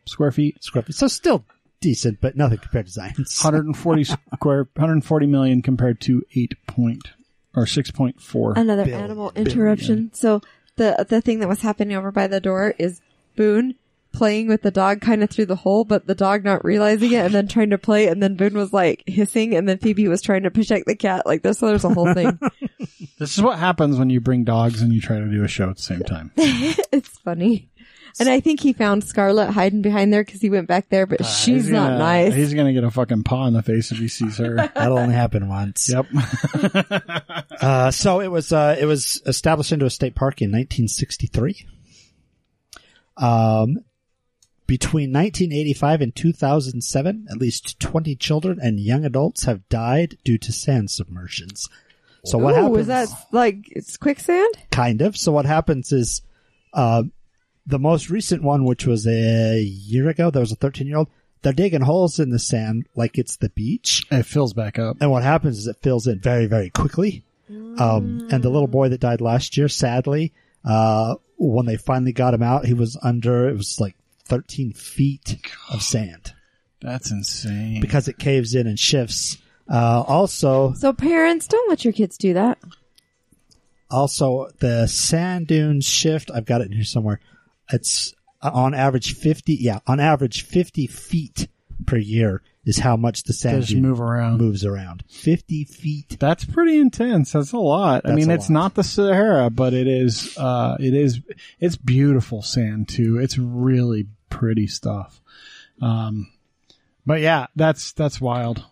[SPEAKER 3] square feet.
[SPEAKER 4] Square feet. So still decent, but nothing compared to Zion's.
[SPEAKER 3] 140 square 140 million compared to 8 point or 6.4.
[SPEAKER 2] Another
[SPEAKER 4] Billion.
[SPEAKER 2] animal interruption. So the the thing that was happening over by the door is Boone playing with the dog kind of through the hole, but the dog not realizing it and then trying to play and then Boone was like hissing and then Phoebe was trying to protect the cat like this. So there's a whole thing.
[SPEAKER 3] This is what happens when you bring dogs and you try to do a show at the same time.
[SPEAKER 2] it's funny. And I think he found Scarlet hiding behind there because he went back there,
[SPEAKER 4] Uh,
[SPEAKER 2] but she's
[SPEAKER 3] He's
[SPEAKER 2] not
[SPEAKER 3] gonna-
[SPEAKER 2] nice.
[SPEAKER 3] He's going to get a fucking paw in the face if he sees her.
[SPEAKER 4] That'll only happen once.
[SPEAKER 3] yep.
[SPEAKER 4] Uh, so it was uh, it was established into a state park in 1963. Um, between 1985 and 2007, at least 20 children and young adults have died due to sand submersions. So what
[SPEAKER 2] Ooh,
[SPEAKER 4] happens?
[SPEAKER 2] was that like it's quicksand?
[SPEAKER 4] kind of. So what happens is, uh, the most recent one, which was a year ago, there was a 13 year old. They're digging holes in the sand like it's the beach.
[SPEAKER 3] It fills back up.
[SPEAKER 4] And what happens is it fills in very, very quickly. Um, and the little boy that died last year, sadly, uh, when they finally got him out, he was under, it was like 13 feet of sand
[SPEAKER 3] That's insane.
[SPEAKER 4] because it caves in and shifts. Uh, also,
[SPEAKER 2] So parents, don't let your kids do that.
[SPEAKER 4] also the sand dunes shift. I've got it in here somewhere. It's uh, on average 50. Yeah. On average 50 feet per year is how much the sand
[SPEAKER 3] Just
[SPEAKER 4] dune
[SPEAKER 3] move around.
[SPEAKER 4] moves around. 50 feet.
[SPEAKER 3] That's pretty intense. That's a lot. I
[SPEAKER 4] That's
[SPEAKER 3] mean,
[SPEAKER 4] a
[SPEAKER 3] it's
[SPEAKER 4] lot.
[SPEAKER 3] not the Sahara, but it is. Uh, it is. It's beautiful sand too. It's really pretty stuff. Um, but yeah, that's that's wild.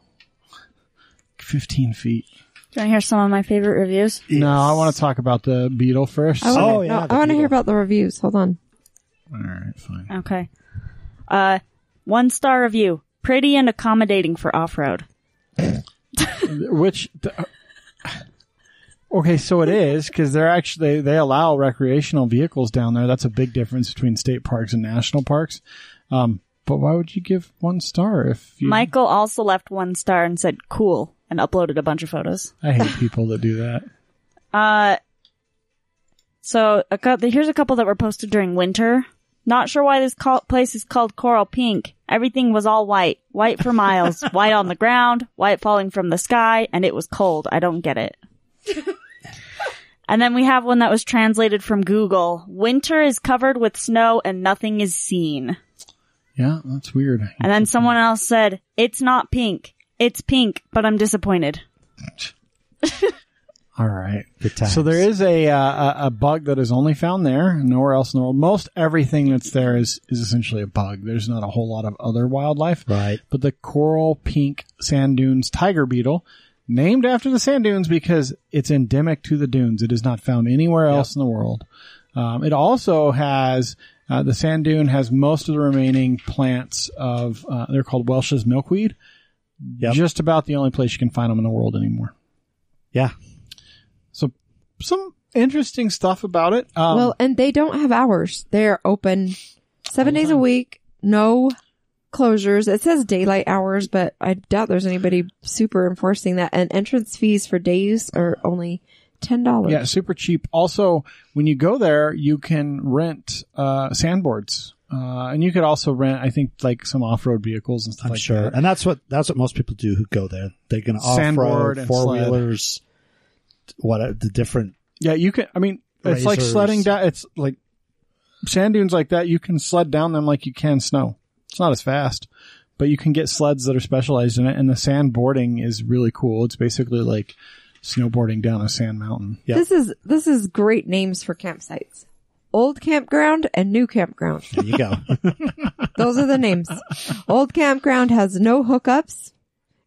[SPEAKER 3] Fifteen feet.
[SPEAKER 5] Do you want to hear some of my favorite reviews?
[SPEAKER 3] No, I want to talk about the beetle first.
[SPEAKER 2] I
[SPEAKER 3] All
[SPEAKER 2] wanna,
[SPEAKER 4] Oh, yeah,
[SPEAKER 2] no,
[SPEAKER 4] the
[SPEAKER 2] I want to
[SPEAKER 4] beetle.
[SPEAKER 2] hear about the reviews. Hold on.
[SPEAKER 3] right, fine.
[SPEAKER 5] Okay. Uh, one star review. Pretty and accommodating for off road.
[SPEAKER 3] Which. th- Okay, so it is because they're actually they allow recreational vehicles down there. That's a big difference between state parks and national parks. Um, but why would you give one star if you
[SPEAKER 5] Michael also left one star and said cool and uploaded a bunch of photos.
[SPEAKER 3] I hate people that do that.
[SPEAKER 5] Uh, so a cou- here's a couple that were posted during winter. Not sure why this call- place is called Coral Pink. Everything was all white. White for miles. white on the ground, white falling from the sky, and it was cold. I don't get it. and then we have one that was translated from Google. Winter is covered with snow and nothing is seen.
[SPEAKER 3] Yeah, that's weird.
[SPEAKER 5] And then someone else said, It's not pink. It's pink, but I'm disappointed.
[SPEAKER 3] All right.
[SPEAKER 4] Good times.
[SPEAKER 3] So there is a, uh, a a bug that is only found there, nowhere else in the world. Most everything that's there is is essentially a bug. There's not a whole lot of other wildlife.
[SPEAKER 4] Right.
[SPEAKER 3] But the coral pink sand dunes tiger beetle, named after the sand dunes because it's endemic to the dunes. It is not found anywhere else in the world. Um, it also has uh, the sand dune has most of the remaining plants of uh, they're called Welsh's milkweed.
[SPEAKER 4] Yep.
[SPEAKER 3] Just about the only place you can find them in the world anymore.
[SPEAKER 4] Yeah.
[SPEAKER 3] So some interesting stuff about it. Um,
[SPEAKER 2] well, and they don't have hours. They're open seven days a week, no closures. It says daylight hours, but I doubt there's anybody super enforcing that. And entrance fees for day use are only ten dollars.
[SPEAKER 3] Yeah, super cheap. Also, when you go there, you can rent uh, sandboards, uh, and you could also rent, I think, like some off-road vehicles and stuff
[SPEAKER 4] I'm
[SPEAKER 3] like
[SPEAKER 4] sure.
[SPEAKER 3] that.
[SPEAKER 4] And that's what that's what most people do who go there. They're going to
[SPEAKER 3] Sandboard
[SPEAKER 4] off-road
[SPEAKER 3] and
[SPEAKER 4] four wheelers, what uh, the different.
[SPEAKER 3] Yeah, you can. I mean, it's like
[SPEAKER 4] Razors.
[SPEAKER 3] sledding down. It's like sand dunes like that. You can sled down them like you can snow. It's not as fast, but you can get sleds that are specialized in it. And the sandboarding is really cool. It's basically like snowboarding down a sand mountain.
[SPEAKER 4] Yeah.
[SPEAKER 2] This is this is great names for campsites. Old campground and new campground.
[SPEAKER 4] There you go.
[SPEAKER 2] Those are the names. Old campground has no hookups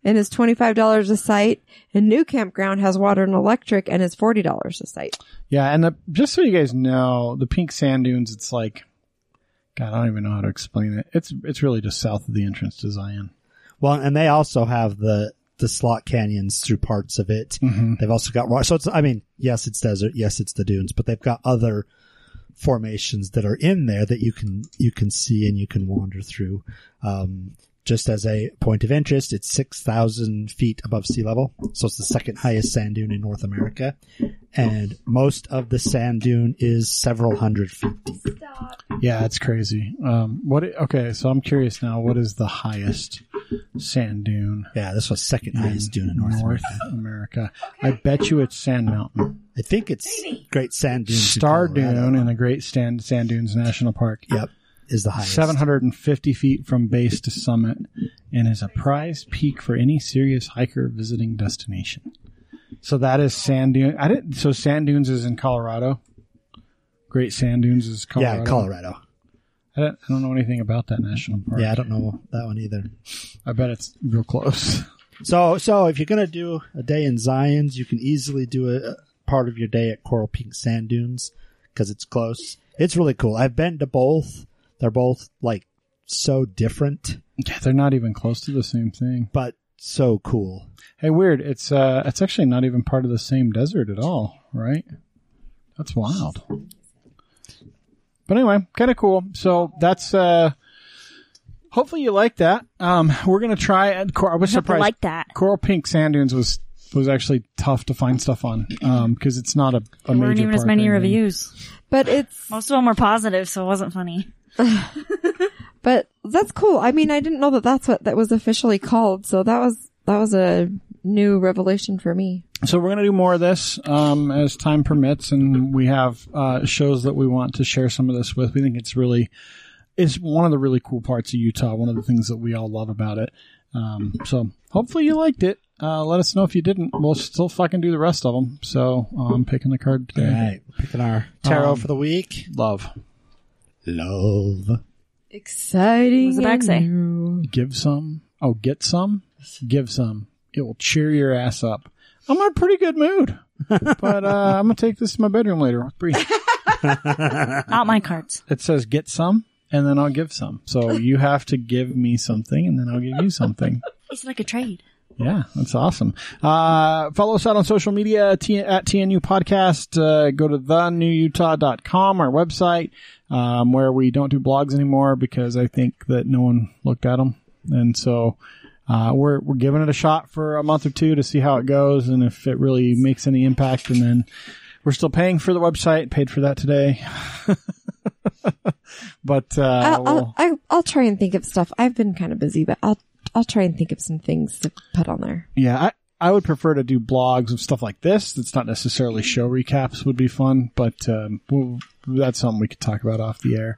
[SPEAKER 2] and is $25 a site and new campground has water and electric and is $40 a site.
[SPEAKER 3] Yeah, and the, just so you guys know, the pink sand dunes. It's like, God, I don't even know how to explain it. It's it's really just south of the entrance to Zion.
[SPEAKER 4] well, and they also have the the slot canyons through parts of it.
[SPEAKER 3] Mm-hmm.
[SPEAKER 4] They've also got rock. So it's. I mean, yes, it's desert. Yes, it's the dunes, but they've got other formations that are in there that you can you can see and you can wander through. Um, just as a point of interest, it's six thousand feet above sea level, so it's the second highest sand dune in North America, and most of the sand dune is several hundred feet deep.
[SPEAKER 3] Yeah, it's crazy. Um, what? i- Okay, so I'm curious now. What is the highest sand dune?
[SPEAKER 4] Yeah, this was second highest dune in North. America.
[SPEAKER 3] North America. I bet you it's Sand Mountain,
[SPEAKER 4] I think it's Great Sand Dunes, in
[SPEAKER 3] Star
[SPEAKER 4] Colorado.
[SPEAKER 3] Dune, in the Great Sand Sand Dunes National Park.
[SPEAKER 4] Yep, is the highest.
[SPEAKER 3] 750 feet from base to summit and is a prized peak for any serious hiker visiting destination. So that is sand dune. I didn't, so sand dunes is in Colorado. Great sand dunes is Colorado.
[SPEAKER 4] Yeah, Colorado.
[SPEAKER 3] I don't, I don't know anything about that national park.
[SPEAKER 4] Yeah, I don't know that one either.
[SPEAKER 3] I bet it's real close.
[SPEAKER 4] So, so if you're gonna do a day in Zions, you can easily do a, a part of your day at Coral Pink Sand Dunes because it's close. It's really cool. I've been to both. They're both like so different,
[SPEAKER 3] Yeah, they're not even close to the same thing.
[SPEAKER 4] but so cool.
[SPEAKER 3] Hey, weird. It's uh, it's actually not even part of the same desert at all, right? That's wild. But anyway, kind of cool. So that's uh, hopefully you like that. Um, we're gonna try. And Cor- I was
[SPEAKER 5] have to
[SPEAKER 3] surprised.
[SPEAKER 5] like that.
[SPEAKER 3] Coral Pink Sand Dunes was was actually tough to find stuff on um because it's not a, a
[SPEAKER 5] There
[SPEAKER 3] major
[SPEAKER 5] weren't even as
[SPEAKER 3] park
[SPEAKER 5] many
[SPEAKER 3] or anything.
[SPEAKER 5] reviews.
[SPEAKER 2] But it's
[SPEAKER 5] Most of them were positive, so it wasn't funny.
[SPEAKER 2] but that's cool. I mean, I didn't know that that's what that was officially called, so that was that was a new revelation for me.
[SPEAKER 3] So we're going to do more of this um, as time permits, and we have uh, shows that we want to share some of this with. We think it's really it's one of the really cool parts of Utah. One of the things that we all love about it. Um, so hopefully you liked it. Uh, let us know if you didn't. We'll still fucking do the rest of them. So I'm picking the card
[SPEAKER 4] All
[SPEAKER 3] today.
[SPEAKER 4] right, picking our tarot
[SPEAKER 3] Um,
[SPEAKER 4] for the week.
[SPEAKER 3] Love
[SPEAKER 4] Love.
[SPEAKER 2] Exciting.
[SPEAKER 5] What does the back
[SPEAKER 2] and
[SPEAKER 5] say?
[SPEAKER 2] new.
[SPEAKER 3] give some. Oh, get some. Give some. It will cheer your ass up. I'm in a pretty good mood, but uh, I'm gonna take this to my bedroom later. Breathe.
[SPEAKER 5] Not my cards.
[SPEAKER 3] it says get some and then I'll give some. So you have to give me something and then I'll give you something.
[SPEAKER 5] It's like a trade.
[SPEAKER 3] Yeah, that's awesome. Uh, follow us out on social media t- at TNU Podcast. Uh, go to thenewutah.com, our website, um, where we don't do blogs anymore because I think that no one looked at them. And so uh, we're, we're giving it a shot for a month or two to see how it goes and if it really makes any impact. And then we're still paying for the website, paid for that today. but uh,
[SPEAKER 2] I'll,
[SPEAKER 3] we'll-
[SPEAKER 2] I'll, I'll, I'll try and think of stuff. I've been kind of busy, but I'll I'll try and think of some things to put on there.
[SPEAKER 3] Yeah, I, I would prefer to do blogs of stuff like this. That's not necessarily show recaps would be fun, but um, we'll, that's something we could talk about off the air.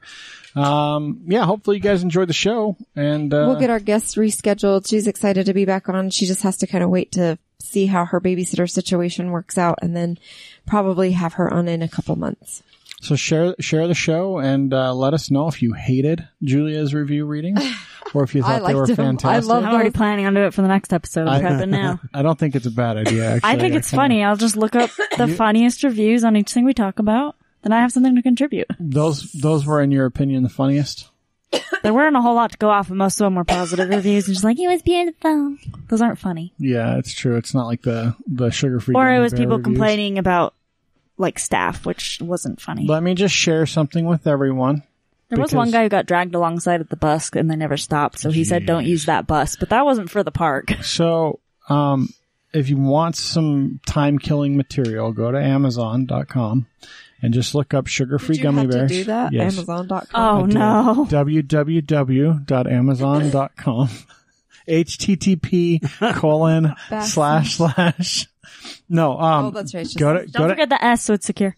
[SPEAKER 3] Um, yeah, hopefully you guys enjoyed the show, and uh,
[SPEAKER 2] We'll get our guests rescheduled. She's excited to be back on. She just has to kind of wait to see how her babysitter situation works out and then probably have her on in a couple months.
[SPEAKER 3] so share share the show and uh, let us know if you hated Julia's review reading, or if you
[SPEAKER 2] I
[SPEAKER 3] thought they were
[SPEAKER 2] liked him. I
[SPEAKER 3] fantastic.
[SPEAKER 2] love
[SPEAKER 5] I'm already
[SPEAKER 2] those.
[SPEAKER 5] planning on doing it for the next episode.
[SPEAKER 3] I-
[SPEAKER 5] I'm prepping now.
[SPEAKER 3] I don't think it's a bad idea. Actually.
[SPEAKER 5] I think it's
[SPEAKER 3] kinda-
[SPEAKER 5] funny. I'll just look up the funniest reviews on each thing we talk about. Then I have something to contribute.
[SPEAKER 3] Those those were, in your opinion, the funniest.
[SPEAKER 5] There weren't a whole lot to go off, and most of them were positive reviews. And just like it was beautiful. Those aren't funny.
[SPEAKER 3] Yeah, it's true. It's not like the the sugar free.
[SPEAKER 5] or it was people complaining about like staff, which wasn't funny.
[SPEAKER 3] Let me just share something with everyone.
[SPEAKER 5] there was
[SPEAKER 3] because-
[SPEAKER 5] one guy who got dragged alongside of the bus, and they never stopped. So he said, "Don't use that bus," but that wasn't for the park.
[SPEAKER 3] So, um, if you want some time killing material, go to Amazon.com and just look up sugar free
[SPEAKER 2] Did you
[SPEAKER 3] gummy
[SPEAKER 2] have
[SPEAKER 3] bears.
[SPEAKER 2] to do that?
[SPEAKER 3] Yes.
[SPEAKER 2] Amazon.com.
[SPEAKER 5] Oh no!
[SPEAKER 3] www.amazon.com http colon
[SPEAKER 2] Backslash.
[SPEAKER 3] slash slash no um
[SPEAKER 2] Oh, that's right. It's just-
[SPEAKER 3] go to
[SPEAKER 5] Don't
[SPEAKER 3] go to
[SPEAKER 5] forget the S, so it's secure.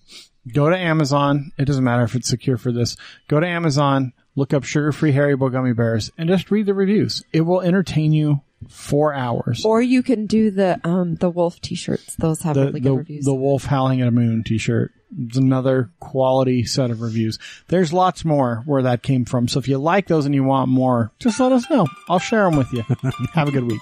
[SPEAKER 3] go to Amazon. It doesn't matter if it's secure for this. Go to Amazon, look up sugar-free Haribo gummy bears, and just read the reviews. It will entertain you for hours.
[SPEAKER 2] Or you can do the um the wolf t-shirts. Those have
[SPEAKER 3] the,
[SPEAKER 2] really good
[SPEAKER 3] the,
[SPEAKER 2] reviews.
[SPEAKER 3] the wolf howling at a moon t-shirt. It's another quality set of reviews. There's lots more where that came from. So if you like those and you want more, just let us know. I'll share them with you. Have a good week.